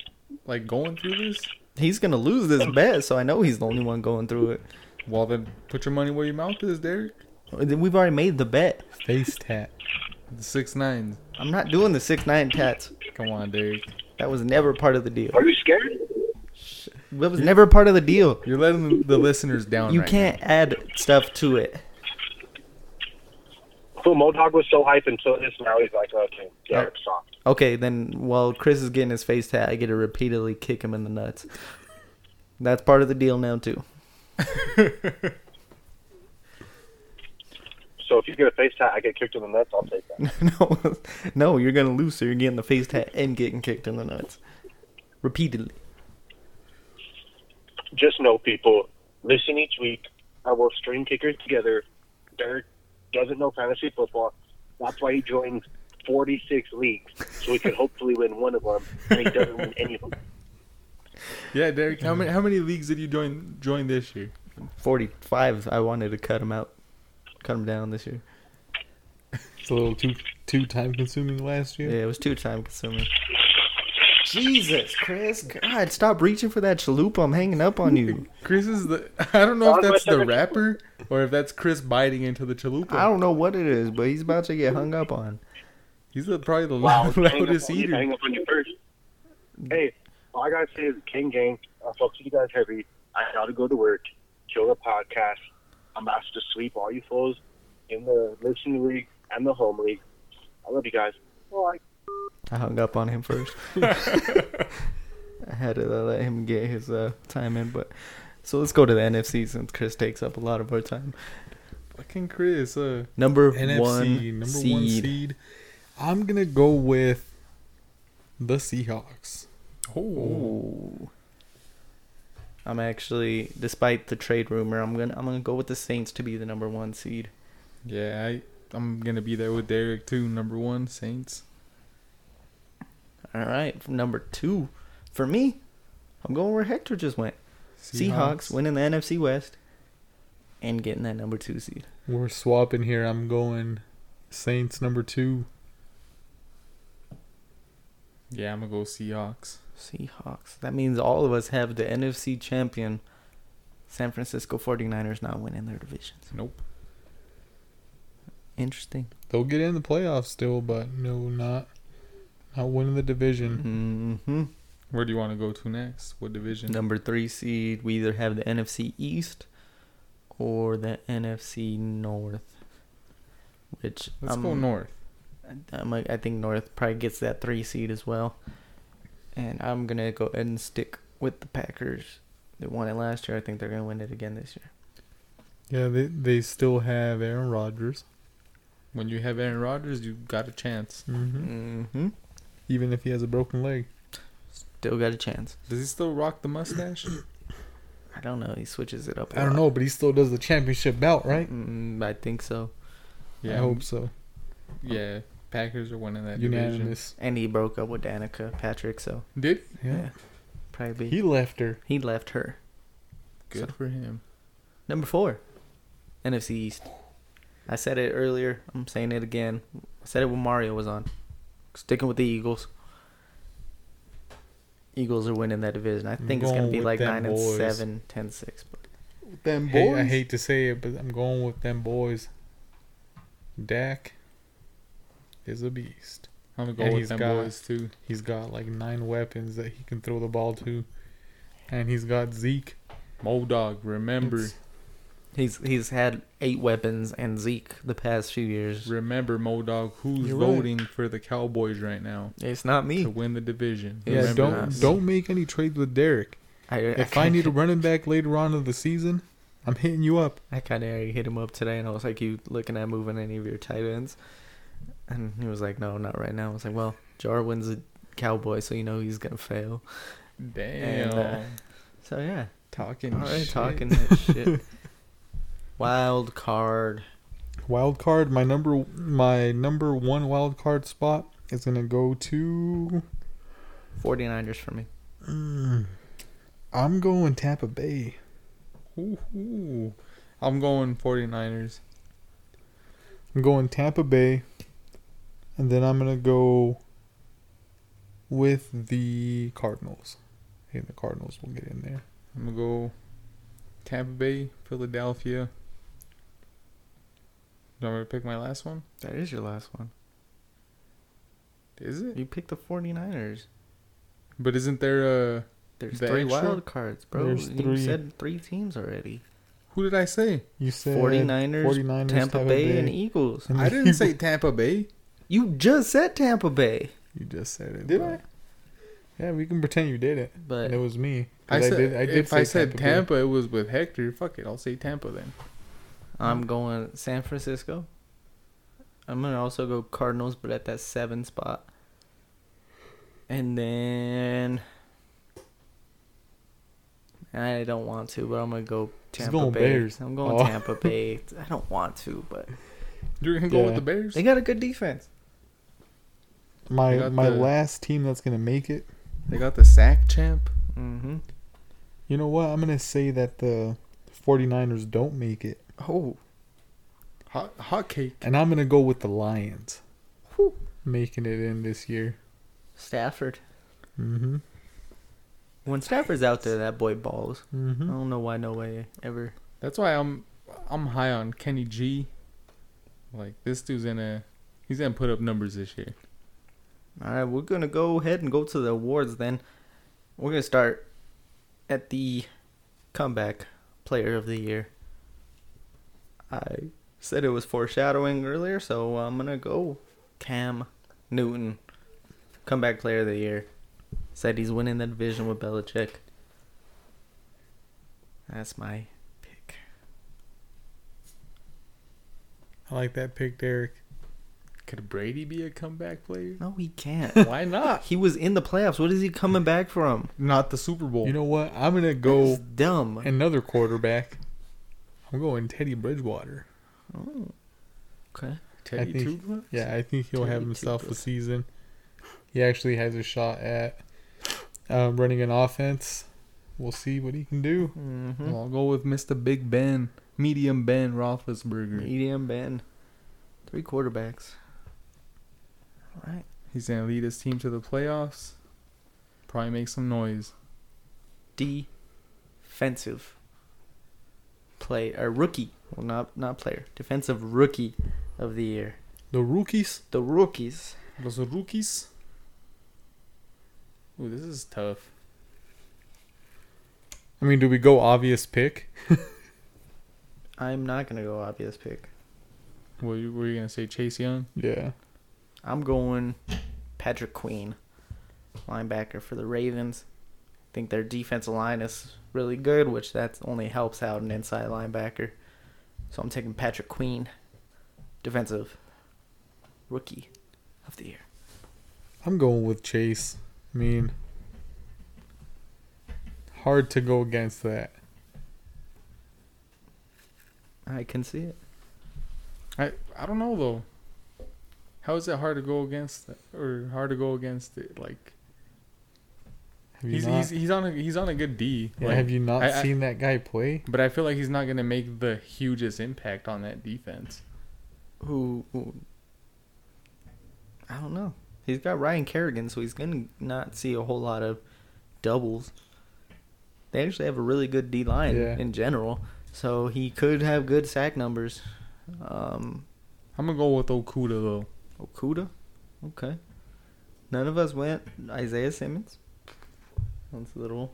like going through this?
he's gonna lose this bet, so I know he's the only one going through it.
Well then, put your money where your mouth is, Derek.
We've already made the bet.
Face tat.
The six nine.
I'm not doing the six nine tats.
Come on, Derek.
That was never part of the deal.
Are you scared?
That was never part of the deal.
You're letting the listeners down.
You
right
can't add stuff to it.
Cool, Modog was so hype until this, now he's like, okay, Derek's soft.
Okay, then while Chris is getting his face tat, I get to repeatedly kick him in the nuts. That's part of the deal now too. [laughs]
So if you get a face tat, I get kicked in the nuts, I'll take that.
no, no, you're gonna lose, so you're getting the face tat and getting kicked in the nuts repeatedly.
Just know, people, listen each week. I will string kickers together. Derek doesn't know fantasy football. That's why he joined 46 leagues, so he could hopefully win one of them, and he doesn't win any of them.
Yeah, Derek. How many how many leagues did you join join this year?
Forty five. I wanted to cut him out, cut him down this year.
It's a little too too time consuming last year.
Yeah, it was too time consuming. Jesus, Chris, God, stop reaching for that chalupa. I'm hanging up on you.
Chris is the. [laughs] I don't know if
That's my
that's the
second-
rapper or if that's Chris biting into the chalupa.
I don't know what it is, but he's about to get hung up on.
He's the, probably the [laughs]
Wow, hang up
loudest
on you,
eater.
hang up on you first. Hey, all I gotta say is King Gang, I fuck you guys heavy. I gotta go to work, kill the podcast. I'm about to sweep all you fools in the listening league and the home league. I love you guys. Bye.
I hung up on him [laughs] first. I had to uh, let him get his uh, time in, but so let's go to the NFC since Chris takes up a lot of our time.
Fucking Chris. Uh,
Number
NFC
one
number
seed.
one seed. I'm gonna go with the Seahawks.
oh,
Ooh. I'm actually, despite the trade rumor, I'm gonna I'm gonna go with the Saints to be the number one seed.
yeah. I I'm gonna be there with Derek too. Number one Saints.
All right, number two for me, I'm going where Hector just went. Seahawks, winning the NFC West and getting that number two seed.
We're swapping here. I'm going Saints number two.
Yeah, I'm gonna go Seahawks.
Seahawks. That means all of us have the NFC champion, San Francisco 49ers, not winning their divisions.
Nope.
Interesting.
They'll get in the playoffs still, but no, not not winning the division.
hmm
Where do you want to go to next? What division?
Number three seed, we either have the NFC East or the NFC North. Which
Let's
I'm-
go
Um,
north.
I'm, like- I think North probably gets that three seed as well. And I'm gonna go ahead and stick with the Packers. They won it last year. I think they're gonna win it again this year.
Yeah, they they still have Aaron Rodgers.
When you have Aaron Rodgers, you got a chance.
hmm
Mm-hmm.
Even if he has a broken leg,
Still got a chance.
Does he still rock the
[coughs]
mustache?
I don't know. He switches it up. I
I don't know, but he still does the championship belt, right?
Mm, I think so.
yeah,
I hope so.
Yeah, Packers are winning that division.
Unanimous.
And he broke up with Danica Patrick, so
Did
Yeah.
probably
He
he,
left her.
left her.
good for him.
Number four, NFC East. I said it earlier. I'm saying it again. I said it when Mario was on. Sticking with the Eagles. Eagles are winning that division. I
I'm
think it's gonna
going
be
with
like nine
them boys.
and seven, ten and six. But
Them
Hey, I hate to say it, but I'm going with them boys. Dak is a beast.
I'm gonna go
And
with
he's
them
got-
boys too.
He's got like nine weapons that he can throw the ball to, and he's got Zeke.
Moldog, remember
It's-
He's he's had eight weapons and Zeke the past few years.
Remember, Modog, who's
You're right.
voting for the Cowboys right now
It's not
to
me.
win the division?
Yeah,
Yeah,
remember
don't
that.
don't make any trades with Derek.
I,
If I need a running back later on in the season, I'm hitting you up.
I kind of already hit him up today, and I was like, "You looking at moving any of your tight ends?" And he was like, "No, not right now." I was like, "Well, Jarwin's a cowboy, so you know he's gonna fail."
Damn.
And, uh, So yeah,
talking
all right,
shit.
talking [laughs] that shit. Wild card.
Wild card, my number my number one wild card spot is gonna go to.
49ers for me.
Mm, I'm going Tampa Bay.
Ooh, ooh. I'm going 49ers.
I'm going Tampa Bay, and then I'm gonna go with the Cardinals. I think the Cardinals will get in there.
I'm going to go Tampa Bay, Philadelphia. Do you want me to pick my last one?
That is your last one.
Is it?
You picked the 49ers.
But isn't there a.
There's
The
three
extra?
wild cards, bro.
There's
you
three.
said three teams already.
Who did I say?
You said
49ers,
49ers,
Tampa, Bay, and
E-
Eagles.
And
I didn't say
[laughs] you-
Tampa Bay.
You just said Tampa Bay.
You just said it.
Did
but- Yeah, we can pretend you did it.
But
And it was me. 'Cause
I said, if I said Tampa,
Bay.
it was with Hector. Fuck it, I'll say Tampa then.
I'm going San Francisco. I'm gonna also go Cardinals, but at that seven spot. And then I don't want to, but I'm gonna go
He's
Tampa
going
Bay.
Bears.
I'm going
Oh.
Tampa Bay. I don't want to, but
You're gonna go
Yeah.
with the Bears.
they got a good defense.
My
I got
my
the-
last team that's gonna make it.
They got the sack champ.
Mm-hmm.
You know what? I'm gonna say that the 49ers don't make it,
Oh,
Hot, hot cake.
and I'm gonna go with the Lions
Whew.
making it in this year.
Stafford.
Mm-hmm.
When Stafford's out there, that boy balls. I
Mm-hmm.
don't know why nobody ever.
That's why I'm I'm high on Kenny G. Like this dude's gonna he's gonna put up numbers this year.
All right, we're gonna go ahead and go to the awards. Then we're gonna start at the comeback player of the year. I said it was foreshadowing earlier, so I'm gonna go Cam Newton, comeback player of the year. Said he's winning the division with Belichick. That's my pick.
I like that pick, Derek.
Could Brady be a comeback player?
No, he can't.
[laughs] Why not?
he was in the playoffs. What is he coming back from?
Not the Super Bowl.
You know what? I'm gonna
That's
go
dumb.
another quarterback. I'm going Teddy Bridgewater.
Oh, okay.
Teddy
I think-
Two
Yeah, I think he'll have
Teddy
himself a
Bridgewater.
season. He actually has a shot at um, running an offense. We'll see what he can do.
Mm-hmm.
I'll go with Mr. Big Ben, medium Ben Roethlisberger.
Medium Ben. Three quarterbacks. All right.
He's gonna lead his team to the playoffs. Probably make some noise.
Defensive play or rookie. Well, not not player. Defensive rookie of the year.
The rookies.
The rookies.
Los rookies. Ooh, this is tough.
I mean, do we go obvious pick?
I'm not gonna go obvious pick.
What you- were you gonna say, Chase Young?
Yeah.
I'm going Patrick Queen, linebacker for the Ravens. I think their defensive line is really good, which that only helps out an inside linebacker. So I'm taking Patrick Queen, defensive rookie of the year.
I'm going with Chase. I mean, hard to go against that.
I can see it.
I I don't know though. How is it hard to go against that, or hard to go against it? Like
Have you
he's
not,
he's, he's on a he's on a good D.
yeah,
like,
have you not
I- I-
seen that guy play?
But I feel like he's not gonna make the hugest impact on that defense.
Who, who? I don't know. He's got Ryan Kerrigan, so he's gonna not see a whole lot of doubles. They actually have a really good D line
Yeah.
in general, so he could have good sack numbers. Um,
I'm gonna go with Okuda though.
Okuda, okay. None of us went Isaiah Simmons. That's a little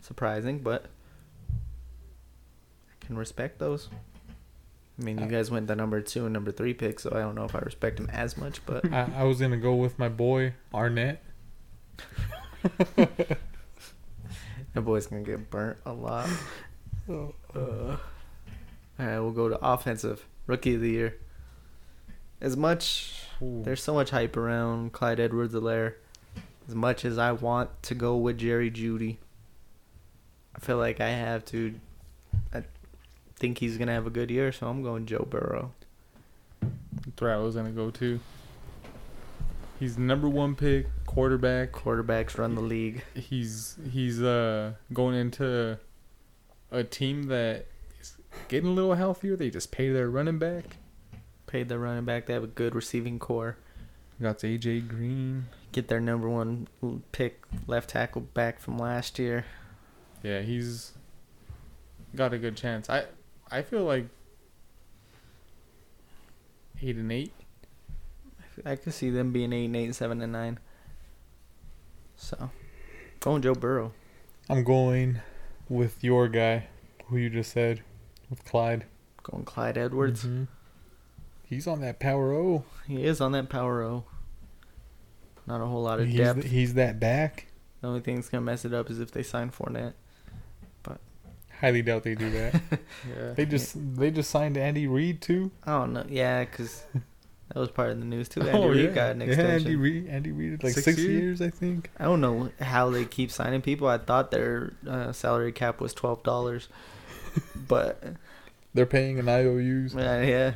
surprising, but I can respect those. I mean, you guys went the number two and number three pick, so I don't know if I respect him as much,
[laughs]
but
I, I was gonna go with my boy Arnett.
the boy's gonna get burnt a lot. Uh, all right, we'll go to offensive rookie of the year. As much there's so much hype around Clyde edwards alaire as much as I want to go with Jerry Judy. I feel like I have to. I think he's gonna have a good year, so I'm going Joe Burrow.
That's where I was gonna go to. He's number one pick, quarterback.
Quarterbacks run the league.
He's he's uh going into a team that is getting a little healthier. They just paid their running back.
Paid their running back. They have a good receiving core.
Got AJ Green.
Get their number one l- pick left tackle back from last year.
Yeah, he's got a good chance. I I feel like eight and eight.
I could see them being eight and eight, seven and nine. So, going Joe Burrow.
I'm going with your guy, who you just said, with Clyde.
Going Clyde Edwards.
Mhm. He's on that power O.
He is on that power O. Not a whole lot of
He's,
depth.
th- he's that back.
The only thing that's gonna mess it up is if they sign Fournette.
Highly doubt they do
[laughs]
that.
Yeah.
they just they just signed Andy Reid too.
I don't know. Yeah,
[laughs]
because that was part of the news too. Andy
Oh,
Reid
yeah.
got an
Yeah,
extension.
Andy Reid. Andy Reid, like
Six
six,
years?
years, I think.
I don't know how they keep signing people. I thought their uh, salary cap was twelve dollars, but
They're paying an IOUs.
uh, yeah,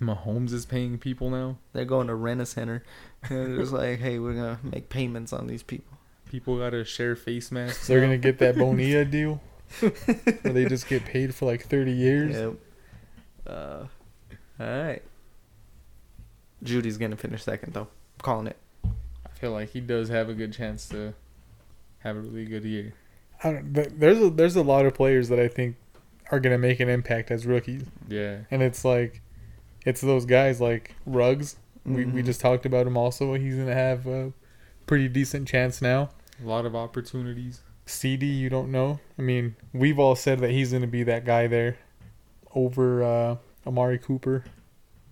Mahomes is paying people now.
they're going to rent a center. And it was like, hey, we're gonna make payments on these people.
People gotta share face masks.
They're gonna
[laughs]
get that Bonilla deal, where they just get paid for like 30 years.
Yep. Uh, all right. Judy's gonna finish second though. I'm calling it.
I feel like he does have a good chance to have a really good year.
I don't, th- there's a, there's a lot of players that I think are gonna make an impact as rookies,
Yeah.
and it's like, it's those guys like Ruggs. We we
Mhm.
just talked about him. Also, he's gonna have a pretty decent chance now.
A lot of opportunities.
CD, you don't know. I mean, we've all said that he's gonna be that guy there over uh, Amari Cooper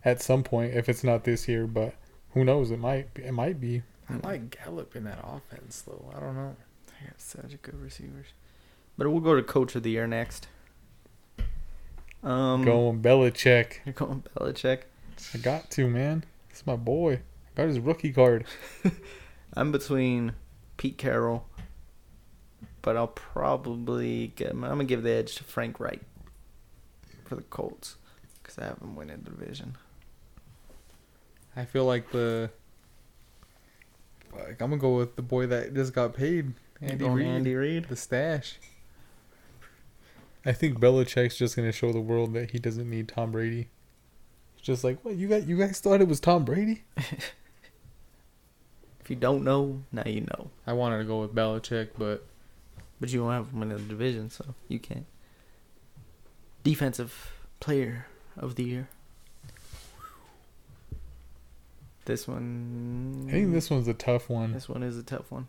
at some point, if it's not this year, but who knows? It might be- it might be.
I like Gallup in that offense though. I don't know.
They have such good receivers. But we'll go to coach of the year next. Um,
Going Belichick.
You're going Belichick.
I got to man. It's my boy. I got his rookie card.
I'm between Pete Carroll, but I'll probably get, I'm gonna give the edge to Frank Wright for the Colts because I have him winning the division.
I feel like the like I'm gonna go with the boy that just got paid, Andy
Going
Reid,
Andy Reid.
the stash.
I think Belichick's just gonna show the world that he doesn't need Tom Brady. He's just like, what you guys you guys thought it was Tom Brady?
If you don't know, now you know.
I wanted to go with Belichick, but
But you don't have him winning the division, so you can't. Defensive player of the year. This one.
I think this one's a tough one.
This one is a tough one.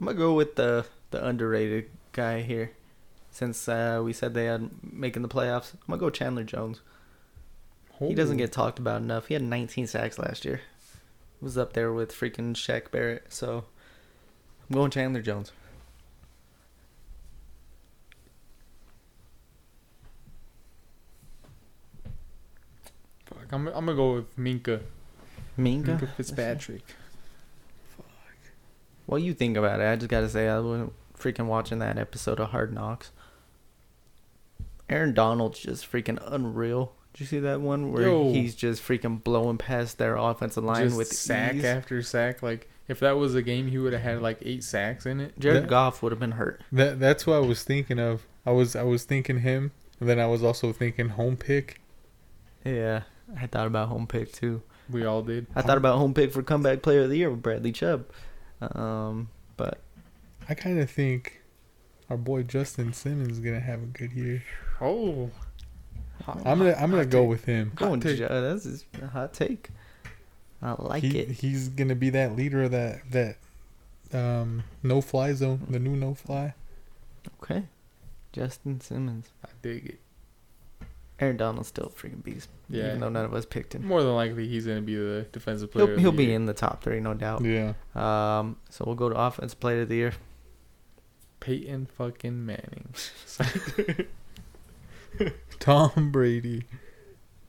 I'm gonna go with the the underrated guy here, since uh, we said they had making the playoffs. I'm gonna go Chandler Jones. He doesn't get talked about enough. He had 19 sacks last year. He was up there with freaking Shaq Barrett. So I'm going Chandler Jones.
Fuck, I'm I'm gonna go with Minka,
Minka.
Minka [laughs] Fitzpatrick.
Well, you think about it. I just gotta say I wasn't freaking watching that episode of Hard Knocks. Aaron Donald's just freaking unreal. Did you see that one where
Yo.
he's just freaking blowing past their offensive line
Just
with
sack
ease?
after sack. Like if that was a game, he would have had like eight sacks in it.
Jared
That-
Goff would have been hurt.
That that's what I was thinking of. I was I was thinking him, and then I was also thinking home pick.
Yeah, I thought about home pick too.
We all did.
I thought about home pick for comeback player of the year with Bradley Chubb. Um, but
I kind of think our boy Justin Simmons is gonna have a good year.
Oh,
I'm gonna I'm gonna go with him.
going to
take.
Joe, that's just a hot take. I like
He,
it.
he's gonna be that leader of that that um no fly zone, the new no fly.
Okay. Justin Simmons.
I dig it.
Aaron Donald's still a freaking beast.
Yeah.
Even though none of us picked him.
More than likely, he's going to be the defensive player.
He'll,
of
he'll
the
be
year.
in the top three, no doubt.
Yeah.
Um, so we'll go to offense player of the year.
Peyton fucking Manning. [laughs]
Tom Brady.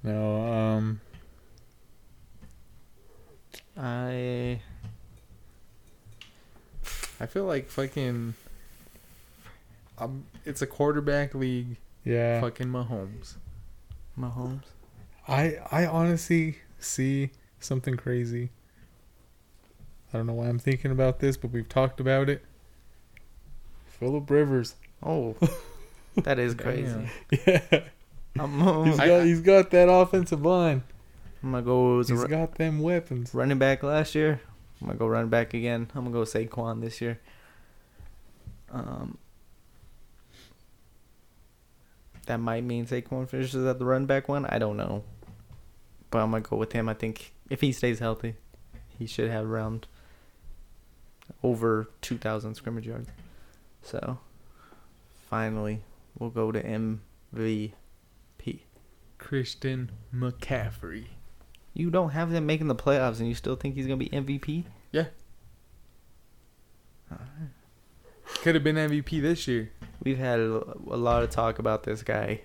No, um,
I
I feel like fucking. Um, it's a quarterback league.
yeah.
Fucking Mahomes.
Mahomes.
I I honestly see something crazy. I don't know why I'm thinking about this, but we've talked about it.
[laughs]
Philip Rivers.
[laughs]
Oh, that is crazy.
Damn.
Yeah.
I'm,
He's
I'm
got, he's got that offensive line.
gonna go with
He's
ru-
got them weapons.
running back last year. I'm gonna go running back again. I'm gonna go Saquon this year. Um, that might mean Saquon finishes at the running back one. I don't know, but I'm gonna go with him. I think if he stays healthy, he should have around over 2,000 scrimmage yards. So finally, we'll go to MVP.
Christian McCaffrey.
You don't have them making the playoffs, and you still think he's gonna be MVP?
Could have been MVP this year.
We've had a a lot of talk about this guy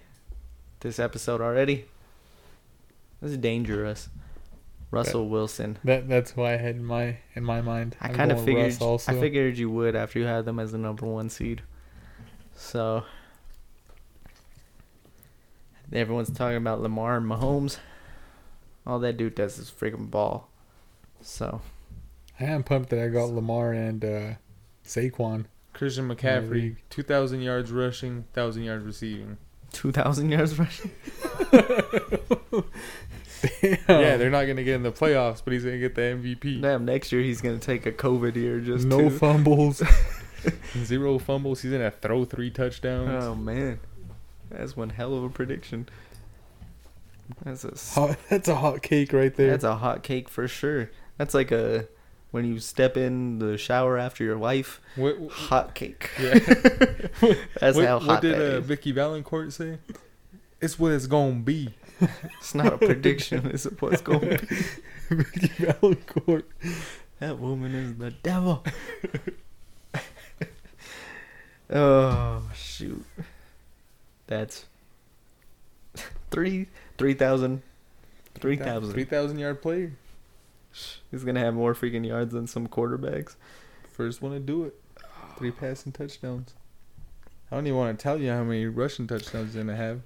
this episode already. This is dangerous. Russell Wilson.
That that's who I had in my in my mind.
I
I'm
kind of
going
figured
Russ also.
I figured you would after you had them as the number 1 seed. So everyone's talking about Lamar and Mahomes. All that dude does is freaking ball. So
I am pumped that I got Lamar and uh,
[laughs]
Saquon. [laughs]
Christian McCaffrey, 2,000 yards rushing, 1,000 yards receiving.
2000 [laughs] yards rushing.
[laughs] Yeah, they're not going to get in the playoffs, but he's going to get the MVP.
Damn, next year he's going to take a covid year just
no
to- [laughs]
fumbles.
Zero fumbles. He's going to throw three touchdowns.
Oh man, that's one hell of a prediction. That's a s-
Hot- that's a hot cake right there.
that's a hot cake for sure. That's like a when you step in the shower after your wife,
[laughs] What, what-
hot cake.
yeah.
That's
what,
how
what
hot that
did
is.
uh, Vicky Valancourt say? It's what it's going to be.
It's not a prediction. [laughs] it's what's going. to be.
Ricky Valancourt.
That woman is the devil. [laughs] oh shoot, that's three three thousand. Three thousand.
3,000 yard player.
He's gonna have more freaking yards than some quarterbacks.
First one to do it. Three passing touchdowns. I don't even want to tell you how many rushing touchdowns he's going to have.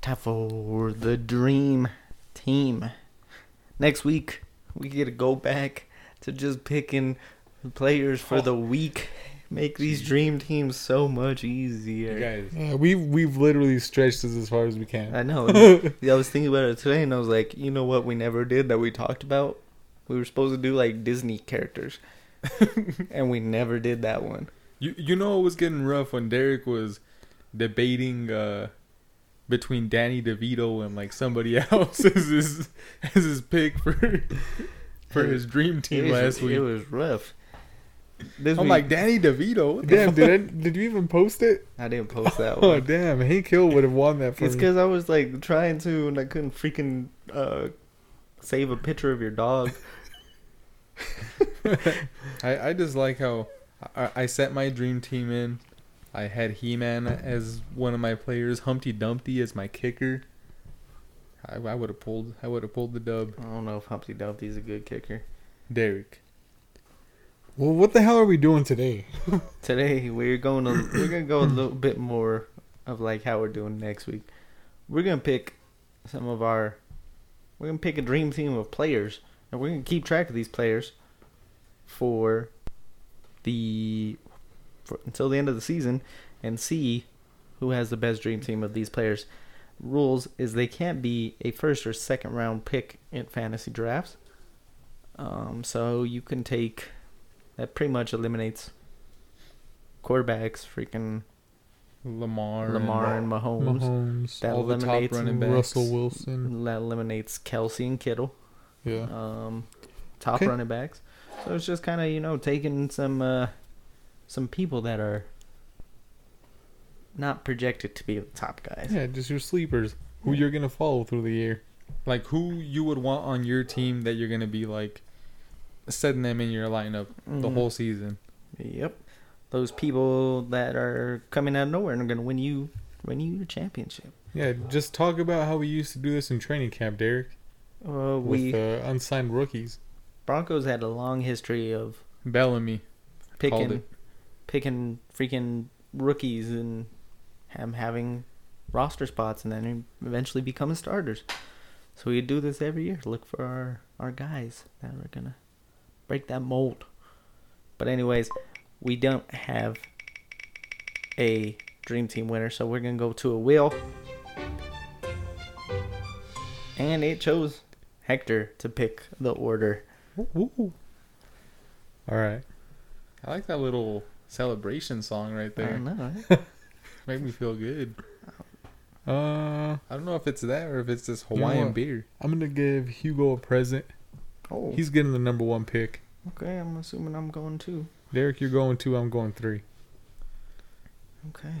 Time for the dream team. Next week, we get to go back to just picking players for the week. Make these dream teams so much easier.
guys.
Yeah, we've we've literally stretched this as far as we can.
I know.
[laughs]
I was thinking about it today, and I was like, you know what? We never did that. We talked about. We were supposed to do like Disney
[laughs]
characters, and we never did that one.
You you know it was getting rough when Derek was debating uh, between Danny DeVito and like somebody [laughs] else as his as his pick for for his dream
It
team
was,
last
it
week. Oh
was rough. This
I'm
week-
like Danny DeVito. What the
Damn,
fuck?
did I, did you even post it?
I didn't
[laughs]
post that
Oh
one.
damn, Hank Hill would have won that for
It's
me.
because I was like trying to, and I couldn't freaking uh, save a picture of your dog.
[laughs] I I just like how I, I set my dream team in. I had He Man as one of my players, Humpty Dumpty as my kicker. I, I would have pulled I would have pulled the dub.
I don't know if Humpty Dumpty's a good kicker.
Derek.
Well, what the hell are we doing today?
Today we're going to we're gonna go a little bit more of like how we're doing next week. We're gonna pick some of our we're gonna pick a dream team of players, and we're gonna keep track of these players for the for, until the end of the season and see who has the best dream team of these players. Rules is they can't be a first or second round pick in fantasy drafts. Um, so you can take that pretty much eliminates quarterbacks, freaking
Lamar.
Lamar and Mahomes.
Mahomes,
That
all the top
eliminates
running backs.
Russell Wilson.
that eliminates Kelsey and Kittle,
Yeah.
um, top
Okay.
running backs. So it's just kind of you know taking some uh, some people that are not projected to be the top guys.
Yeah, just your sleepers. Who you're gonna follow through the year.
Like who you would want on your team that you're gonna be like setting them in your lineup the
Mhm.
whole season.
Yep, those people that are coming out of nowhere and are gonna win you win you the championship.
Yeah, just talk about how we used to do this in training camp, Derek.
Uh,
With
we
uh, unsigned rookies.
Broncos had a long history of
Bellamy.
picking
it.
picking freaking rookies and him having roster spots and then eventually becoming starters. So we do this every year. Look for our, our guys that are gonna break that mold. But anyways, we don't have a dream team winner, so we're gonna go to a wheel. And it chose Hector to pick the order.
All right.
I like that little celebration song right
I
there.
don't know. eh?
Make me feel good.
Uh,
I don't know if it's that or if it's this
You know
Hawaiian
what?
beer.
I'm gonna give Hugo a present.
Oh,
He's getting the number one pick.
okay. I'm assuming I'm going too.
Derek, you're going two. I'm going three.
Okay.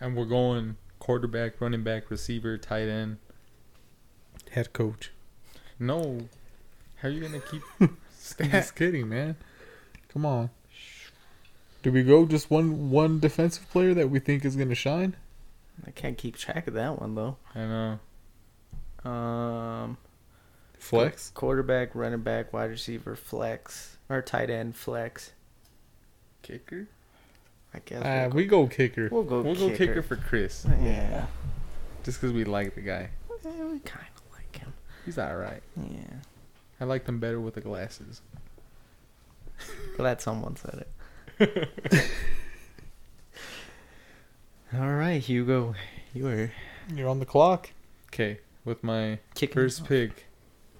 And we're going quarterback, running back, receiver, tight end.
Head coach.
No. How are you gonna
[laughs]
keep
just kidding, man. Come on. Do we go just one one defensive player that we think is gonna shine?
I can't keep track of that one though.
I know.
Um,
Flex.
quarterback, running back, wide receiver, flex, or tight end, flex.
Kicker?
I guess
Uh, we go kicker.
we'll, go,
We'll
kicker.
go kicker for Chris.
Yeah,
Just because we like the guy.
Eh, we kind of like him.
He's alright.
Yeah,
I liked him better with the glasses.
glad someone said it. [laughs] All right, Hugo, you are
You're on the clock.
Okay, with my
kicking.
first pick,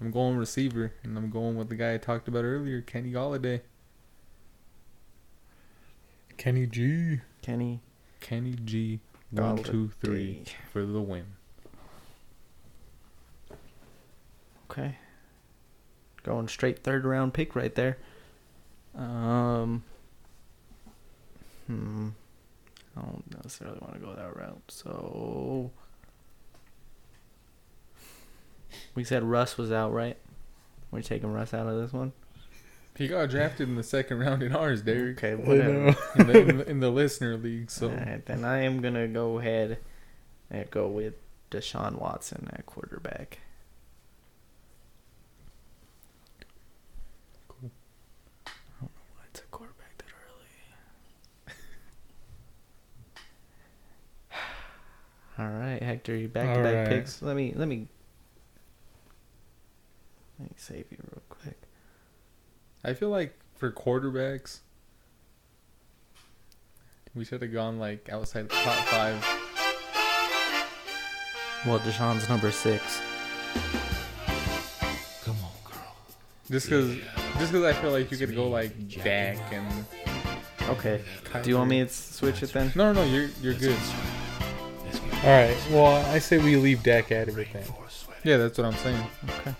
I'm going receiver, and I'm going with the guy I talked about earlier, Kenny Galladay.
Kenny G.
Kenny.
Kenny G. One, two, three
Galladay.
for the win.
Okay, going straight third round pick right there. Um, hmm, I don't necessarily want to go that route. So we said Russ was out, right? We're taking Russ out of this one.
He got drafted in the second [laughs] round in ours, Derek,
Okay,
I know.
whatever.
in, the, in, the, in the listener league. So
All right, then I am gonna go ahead and go with Deshaun Watson at quarterback.
Cool.
I don't know why I took quarterback that early. [sighs] All right, Hector, you back to
All right.
back picks. Let me let me let me save you real quick.
I feel like for quarterbacks, we should have gone like outside the top five.
Well, Deshaun's number six.
Just because, just because I feel like you could go like Dak and
Okay. Do you want me to switch it then?
no, no, no, you're you're good.
All right. Well, I say we leave Dak out of it then.
Yeah, that's what I'm saying.
Okay.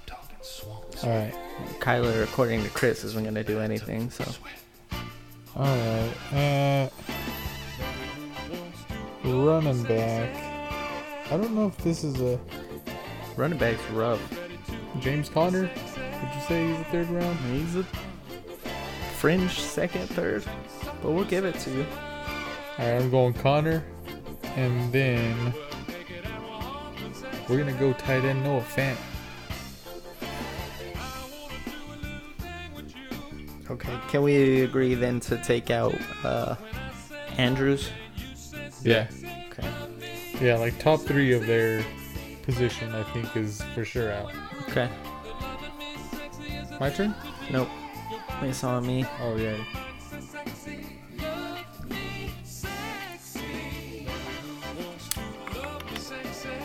All right.
Kyler, according to Chris, isn't going to do anything. So
All right. Uh, running back. I don't know if this is a
running backs rough.
James Conner. Would you say he's a third round?
He's a fringe second, third, but we'll give it to you.
All right. I'm going Connor, and then we're gonna go tight end Noah Fant.
Okay. Can we agree then to take out uh, Andrews?
Yeah.
Okay.
Yeah. Like top three of their position, I think is for sure out.
Okay.
My turn.
Nope. It's on me.
Oh yeah.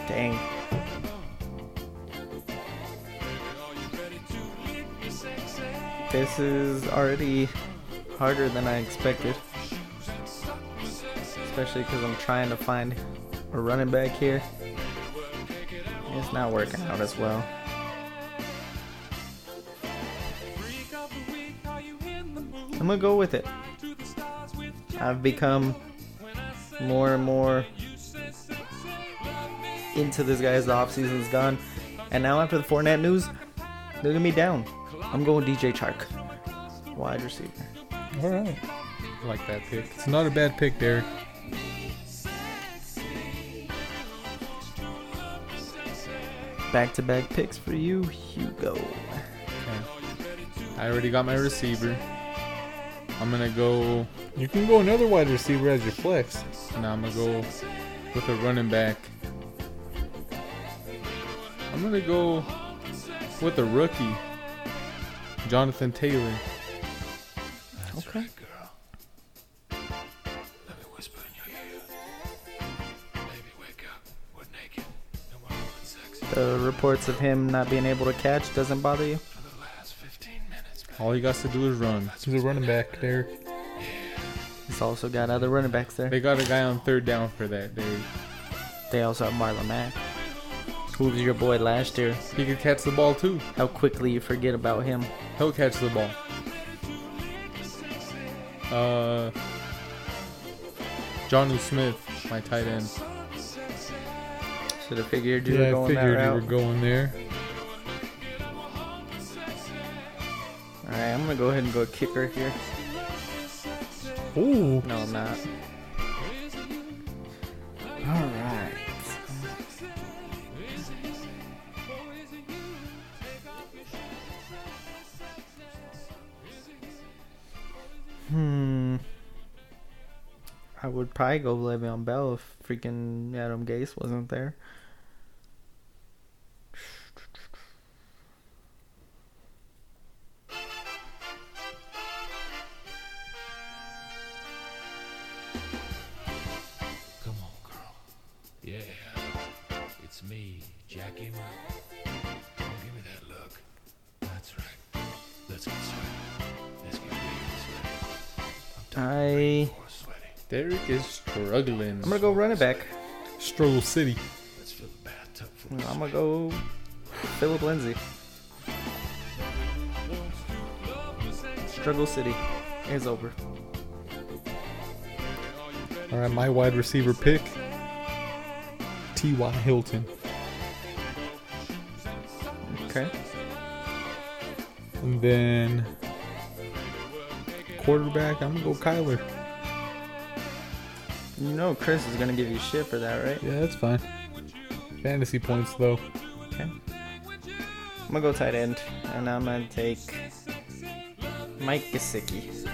Dang. This is already harder than I expected. Especially because I'm trying to find a running back here. It's not working out as well. I'm gonna go with it. I've become more and more into this guy as the offseason's gone. And now after the Fournette news, they're gonna be down. I'm going DJ Chark, wide receiver.
All right. I like that pick. It's not a bad pick, Derek.
Back to back picks for you, Hugo.
I already got my receiver. I'm gonna go.
You can go another wide receiver as your flex.
Now I'm gonna go with a running back. I'm gonna go with a rookie, Jonathan Taylor.
Okay.
Let me whisper in your ear. Baby, wake up. We're naked. No more having sex
The reports of him not being able to catch doesn't bother you.
for the last 15 minutes.
All you got to do is run.
He's a running back, Derek.
He's also got other running backs there.
They got a guy on third down for that. They
They also have Marlon Mack, who was your boy last year.
he could catch the ball too.
How quickly you forget about him.
He'll catch the ball. Uh, Johnny Smith, my tight end.
Should have figured you were
Yeah, I
going that
figured you
route.
were going there.
All right, I'm gonna go ahead and go kicker here.
Ooh.
No, I'm not. All right. Hmm. I would probably go Le'Veon Bell if freaking Adam Gase wasn't there.
Come on, girl. Yeah. It's me, Jackie Mo. Don't give me that look. That's right. Let's get sweaty. Let's get really
I
sweaty. More sweaty.
Derek is struggling.
I'm gonna go running back.
Struggle City.
Let's fill the bathtub for
I'm gonna go Philip Lindsay. Struggle City is over.
All right, my wide receiver pick. T.Y. Hilton.
Okay.
And then quarterback, I'm going to go Kyler.
You know Chris is gonna give you shit for that, right?
Yeah, that's fine. Fantasy points, though.
Okay. I'm gonna go tight end, and I'm gonna take Mike Gesicki.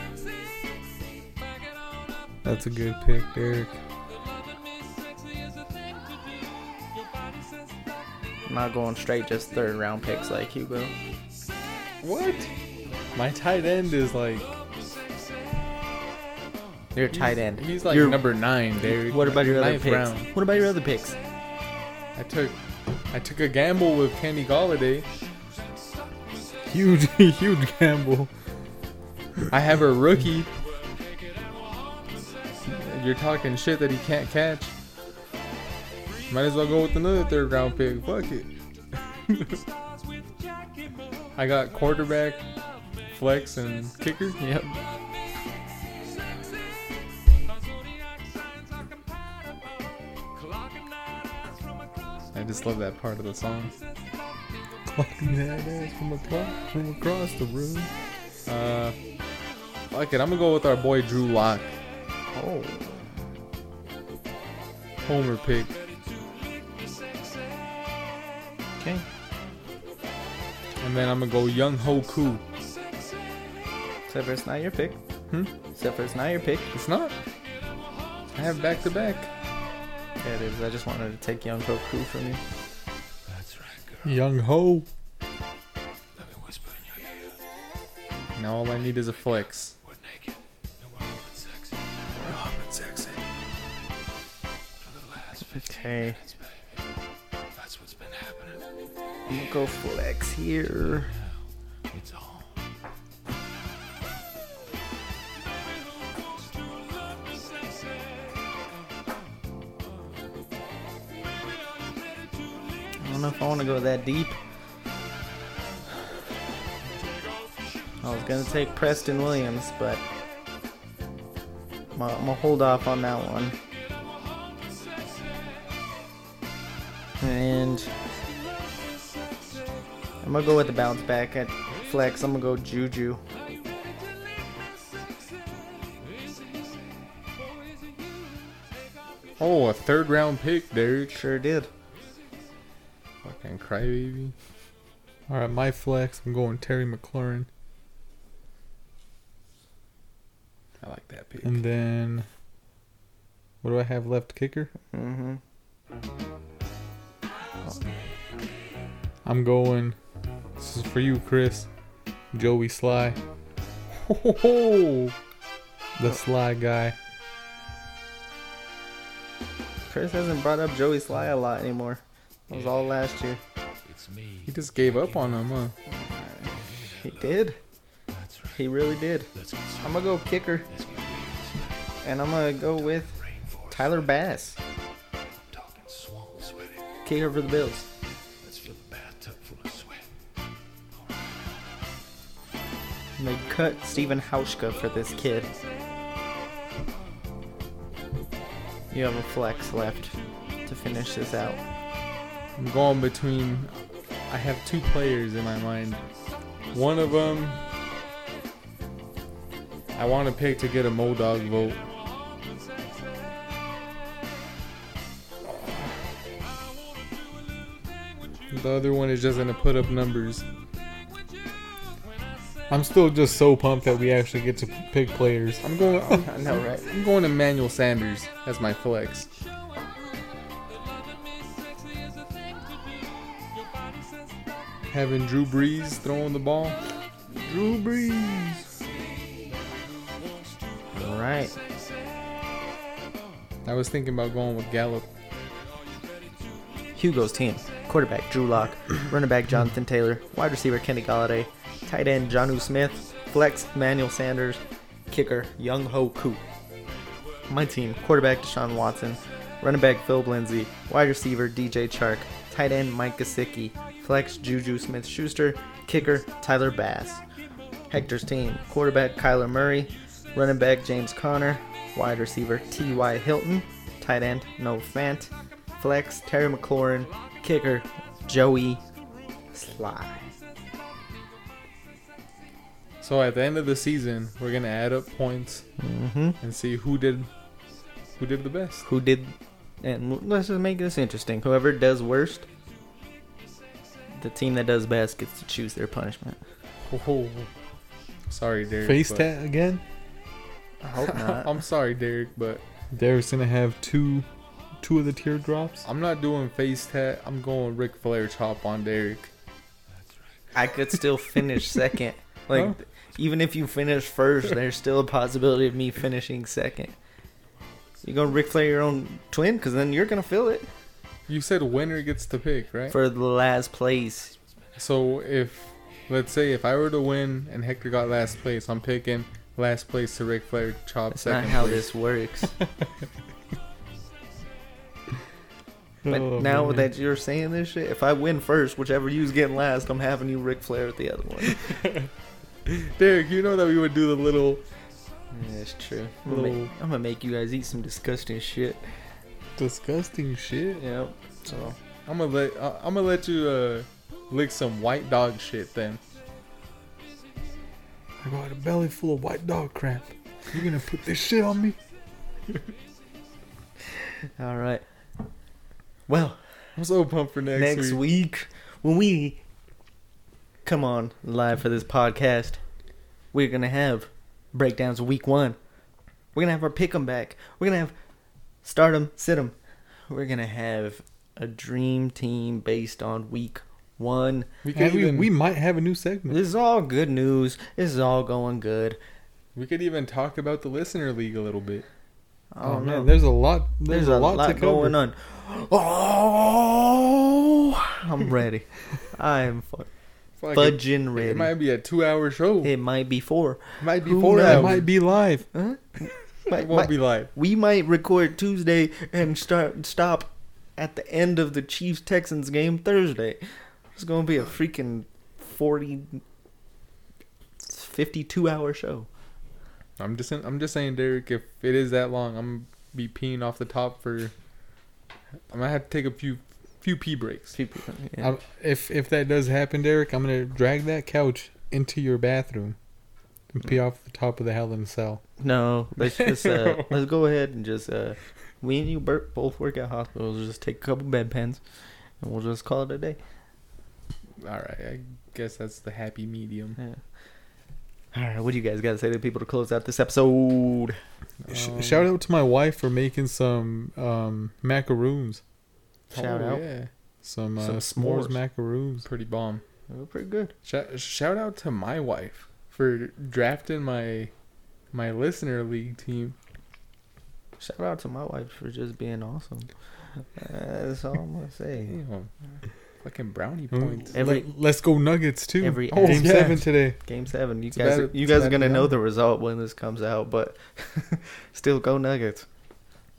That's a good pick, Derek.
I'm not going straight just third round picks like Hugo.
What? My tight end is like
You're tight end.
He's like
You're-
number nine, Derek.
What about
Like,
your other
ninth
picks?
round.
What about your other picks?
I took, I took a gamble with Kenny Galladay. [laughs]
Huge, huge gamble.
I have a rookie. You're talking shit that he can't catch. Might as well go with another third round pick. Fuck it. [laughs] I got quarterback, flex, and kicker.
Yep.
I just love that part of the song.
Fucking that ass from across, from across the room.
Uh, fuck it. I'm gonna go with our boy Drew Lock.
Oh.
Homer pick.
Okay.
And then I'm gonna go Young Hoku.
Except for it's not your pick.
Hmm?
Except for it's not your pick.
It's not. I have back to back.
Yeah, it is. I just wanted to take Young Goku from you.
That's right, girl.
Young Ho.
Let me whisper in your ear.
Now all I need is a flex.
We're naked. No more having sex. We're having sex. For the last 15
Okay.
minutes, baby. That's what's been happening.
I'm gonna go flex here.
It's on.
don't know if I want to go that deep. I was gonna take Preston Williams, but I'm gonna I'm gonna hold off on that one. And I'm gonna go with the bounce back at flex. I'm gonna go Juju.
Oh, a third round pick, Derek.
Sure did.
Fucking crybaby.
All right, my flex. I'm going Terry McLaurin,
I like that pick.
and then what do I have left? Kicker.
Mm-hmm.
I'm going. This is for you, Chris. Joey Sly,
Oh,
the Sly guy.
Chris hasn't brought up Joey Sly a lot anymore. That was all last year.
It's me.
he just gave up on him, huh?
He did.
That's right.
He really did.
Let's get
I'm gonna go kicker,
Let's get serious.
and I'm gonna go with
Rainforest.
Tyler Bass,
Talking swamp sweaty.
kicker for the Bills.
Let's fill the bathtub full of sweat.
And they cut Steven Hauschka for this kid. You have a flex left to finish this out. [laughs]
I'm going between. I have two players in my mind. One of them, I want to pick to get a Modog vote. The other one is just gonna put up numbers.
I'm still just so pumped that we actually get to pick players.
I'm going. I'm,
I know, right?
I'm going Emmanuel Sanders as my flex. Having Drew Brees throwing the ball. Drew Brees.
All right.
I was thinking about going with Gallup.
Hugo's team. Quarterback Drew Lock, running back Jonathan Taylor, wide receiver Kenny Galladay, tight end Jonu Smith, flex Manuel Sanders, kicker Young Ho Koo. My team, quarterback Deshaun Watson, running back Philip Lindsay, wide receiver DJ Chark, tight end Mike Gesicki, flex Juju Smith Schuster, kicker Tyler Bass. Hector's team, quarterback Kyler Murray, running back James Conner, wide receiver T.Y. Hilton, tight end No Fant, flex Terry McLaurin, kicker Joey Sly.
So at the end of the season, we're gonna add up points
Mm-hmm.
and see who did, who did the best.
Who did, and let's just make this interesting. Whoever does worst, the team that does best gets to choose their punishment.
Oh, sorry, Derek.
Face
but-
tat again.
I hope not.
I'm sorry, Derek, but
Derek's gonna have two, two of the teardrops.
I'm not doing face tat. I'm going Ric Flair chop on Derek.
I could still finish
[laughs]
second. Like,
Huh?
even if you finish
[laughs]
first, there's still a possibility of me finishing second. You gonna Ric Flair your own twin? Cause then you're gonna feel it
You said winner gets to pick, right?
for the last place.
so if, let's say, if I were to win and Hector got last place, I'm picking last place to Ric Flair chop
That's not
second.
how
place.
this
[laughs]
works. But
Oh,
now
man.
that you're saying this shit, if I win first, whichever you's getting last, I'm having you Ric Flair at the other one.
[laughs] Derek, you know that we would do the little.
that's true. I'm gonna,
Little-
make, I'm gonna make you guys eat some disgusting shit.
disgusting shit.
Yep. So
I'm gonna let. I- I'm gonna let you uh, lick some white dog shit then.
I got a belly full of white dog crap. You're gonna put this shit on me?
all right. Well,
I'm so pumped for next,
next
week.
week when we come on live for this podcast, we're gonna have breakdowns of week one. We're gonna have our pick 'em back. We're gonna have start 'em, sit 'em. We're gonna have a dream team based on week one.
We could
And we,
even
we might have a new segment.
This is all good news. This is all going good.
we could even talk about the listener league a little bit.
Oh,
Oh,
no,
man,
there's,
there's a lot. There's,
a lot,
to cover.
going on. Oh, I'm ready. I am fu-
Fuck, it,
fudging ready.
it might be a two-hour show. It
be four.
might be
who
four
knows?
That
hours.
might be live.
Huh?
It
Might-
won't
might-
be live.
we might record Tuesday and start stop at the end of the Chiefs Texans game Thursday. It's going to be a freaking 40 52 hour show.
I'm just saying, I'm just saying, Derek. If it is that long, I'm be peeing off the top for. I'm gonna have to take a few few pee breaks.
People- yeah.
I'm, if if that does happen, Derek, I'm gonna drag that couch into your bathroom and pee off the top of the Hell in a Cell.
No, let's just
[laughs]
uh, let's go ahead and just uh, we and you bur- both work at hospitals. Just take a couple bedpans, and we'll just call it a day.
All right, I guess that's the happy medium.
Yeah. All right, what do you guys got to say to the people to close out this episode?
Oh,
Sh- shout out to my wife for making some um, macaroons,
Shout
Oh,
out,
Yeah,
some, uh,
Some
s'mores,
s'mores.
macaroons.
pretty bomb.
They were pretty good.
Shout, shout out to my wife for drafting my my listener league team.
Shout out to my wife for just being awesome. Uh, That's all I'm gonna [laughs] say.
Damn, fucking brownie
Mm.
points.
Every
Let, us go Nuggets too.
every
oh,
ass-
game seven today.
game seven, you
It's
guys,
about-
you
it's
guys are
about
gonna
to be
know
on.
the result when this comes out, but [laughs] still go Nuggets.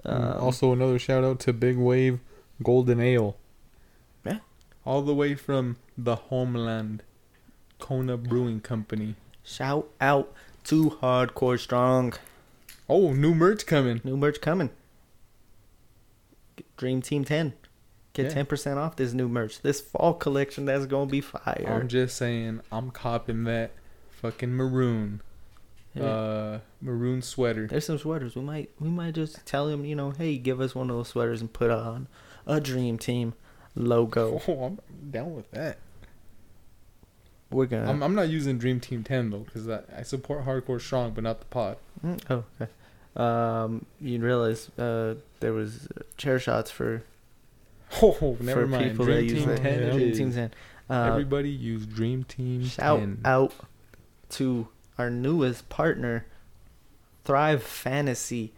Um,
also, another shout out to Big Wave Golden Ale.
all the way from the homeland, Kona Brewing Company.
shout out to Hardcore Strong.
Oh, new merch coming.
New merch coming. Dream Team 10. Get
Yeah.
10% off this new merch. This fall collection that's going to be fire.
I'm just saying, I'm copping that fucking maroon,
Yeah.
uh,
[laughs]
maroon sweater.
There's some sweaters. We might we might just tell him, you know, hey, give us one of those sweaters and put on a Dream Team logo.
Oh, I'm down with that.
We're going
I'm, I'm not using Dream Team 10 though, because I, I support Hardcore Strong, but not the pod. [laughs]
Mm, Oh, okay. Um, you realize uh, there was uh, chair shots for
Oh, never
for
mind.
people
Dream
that
Team
use
10.
that. Dream
is-
Team 10. Uh,
Everybody use Dream Team
Shout
10.
out to our newest partner, Thrive Fantasy,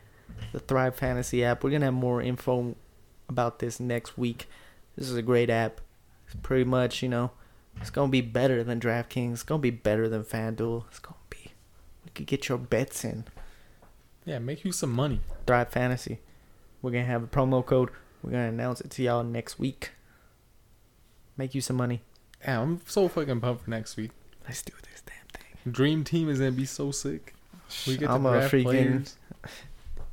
the Thrive Fantasy app. We're gonna have more info about this next week. This is a great app. It's pretty much, you know, it's gonna be better than DraftKings. It's gonna be better than FanDuel. It's gonna be. We could get your bets in.
Yeah, make you some money.
Thrive Fantasy. We're gonna have a promo code. We're gonna announce it to y'all next week. Make you some money.
Yeah, I'm so fucking pumped for next week.
Let's do this damn thing.
Dream Team is gonna be so sick. We get to
I'm a
draft
freaking-
players.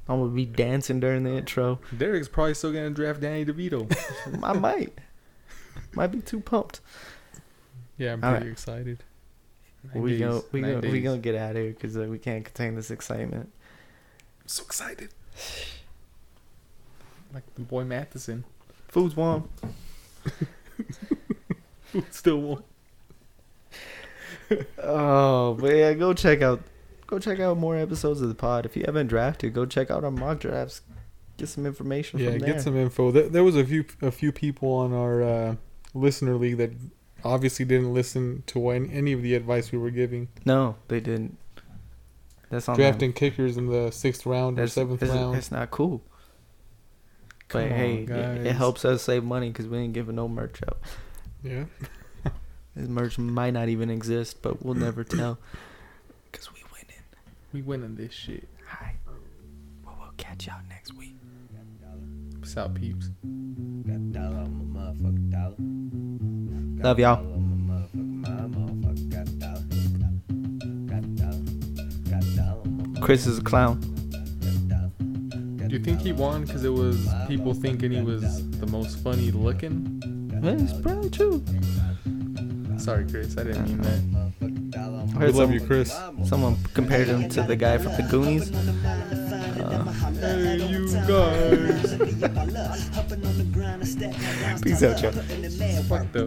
I'm gonna be dancing during the intro.
Derek's probably still gonna draft Danny
[laughs]
DeVito.
I might. Might be too pumped.
Yeah, I'm
All
pretty excited.
Nine
we
days,
go, we
nine
go, we
days.
gonna get out of here because uh, we can't contain this excitement.
so excited. Like the boy Matheson.
Food's warm.
Still won.
Oh, but yeah, go check out, go check out more episodes of the pod. If you haven't drafted, go check out our mock drafts. Get some information
Yeah,
from there.
get some info. There, there was a few a few people on our uh, listener league that obviously didn't listen to any, any of the advice we were giving.
No, they didn't. That's on them.
Drafting kickers in the sixth round
Oh, That's,
or seventh
it's,
round.
it's not cool.
Come
But
on,
hey, it- it
guys.
helps us save money because we ain't giving no merch out.
yeah.
This merch might not even exist, but we'll never tell because we win it.
We winning this shit.
Hi. Well, we'll catch y'all next week.
Peace out, peeps.
Got dollar, I'm a motherfucking dollar. Got
Love y'all.
dollar, I'm a motherfucking mile, motherfucker. Got dollar. Got dollar. Got dollar, I'm a motherfucking
Chris is a clown.
dollar. Got
Do you think he
dollar,
won because it was people thinking he was the most funny looking?
got
That's
dollar,
probably true.
Sorry, Chris. I didn't mean that.
motherfucking dollar, I'm a
I heard
We love
some-
you, Chris.
Someone compared him to the guy from the Goonies.
Hey, you guys.
Hopping on the grind and stack my rhymes.
Peace out, y'all.
Up in the mad
Fucked up.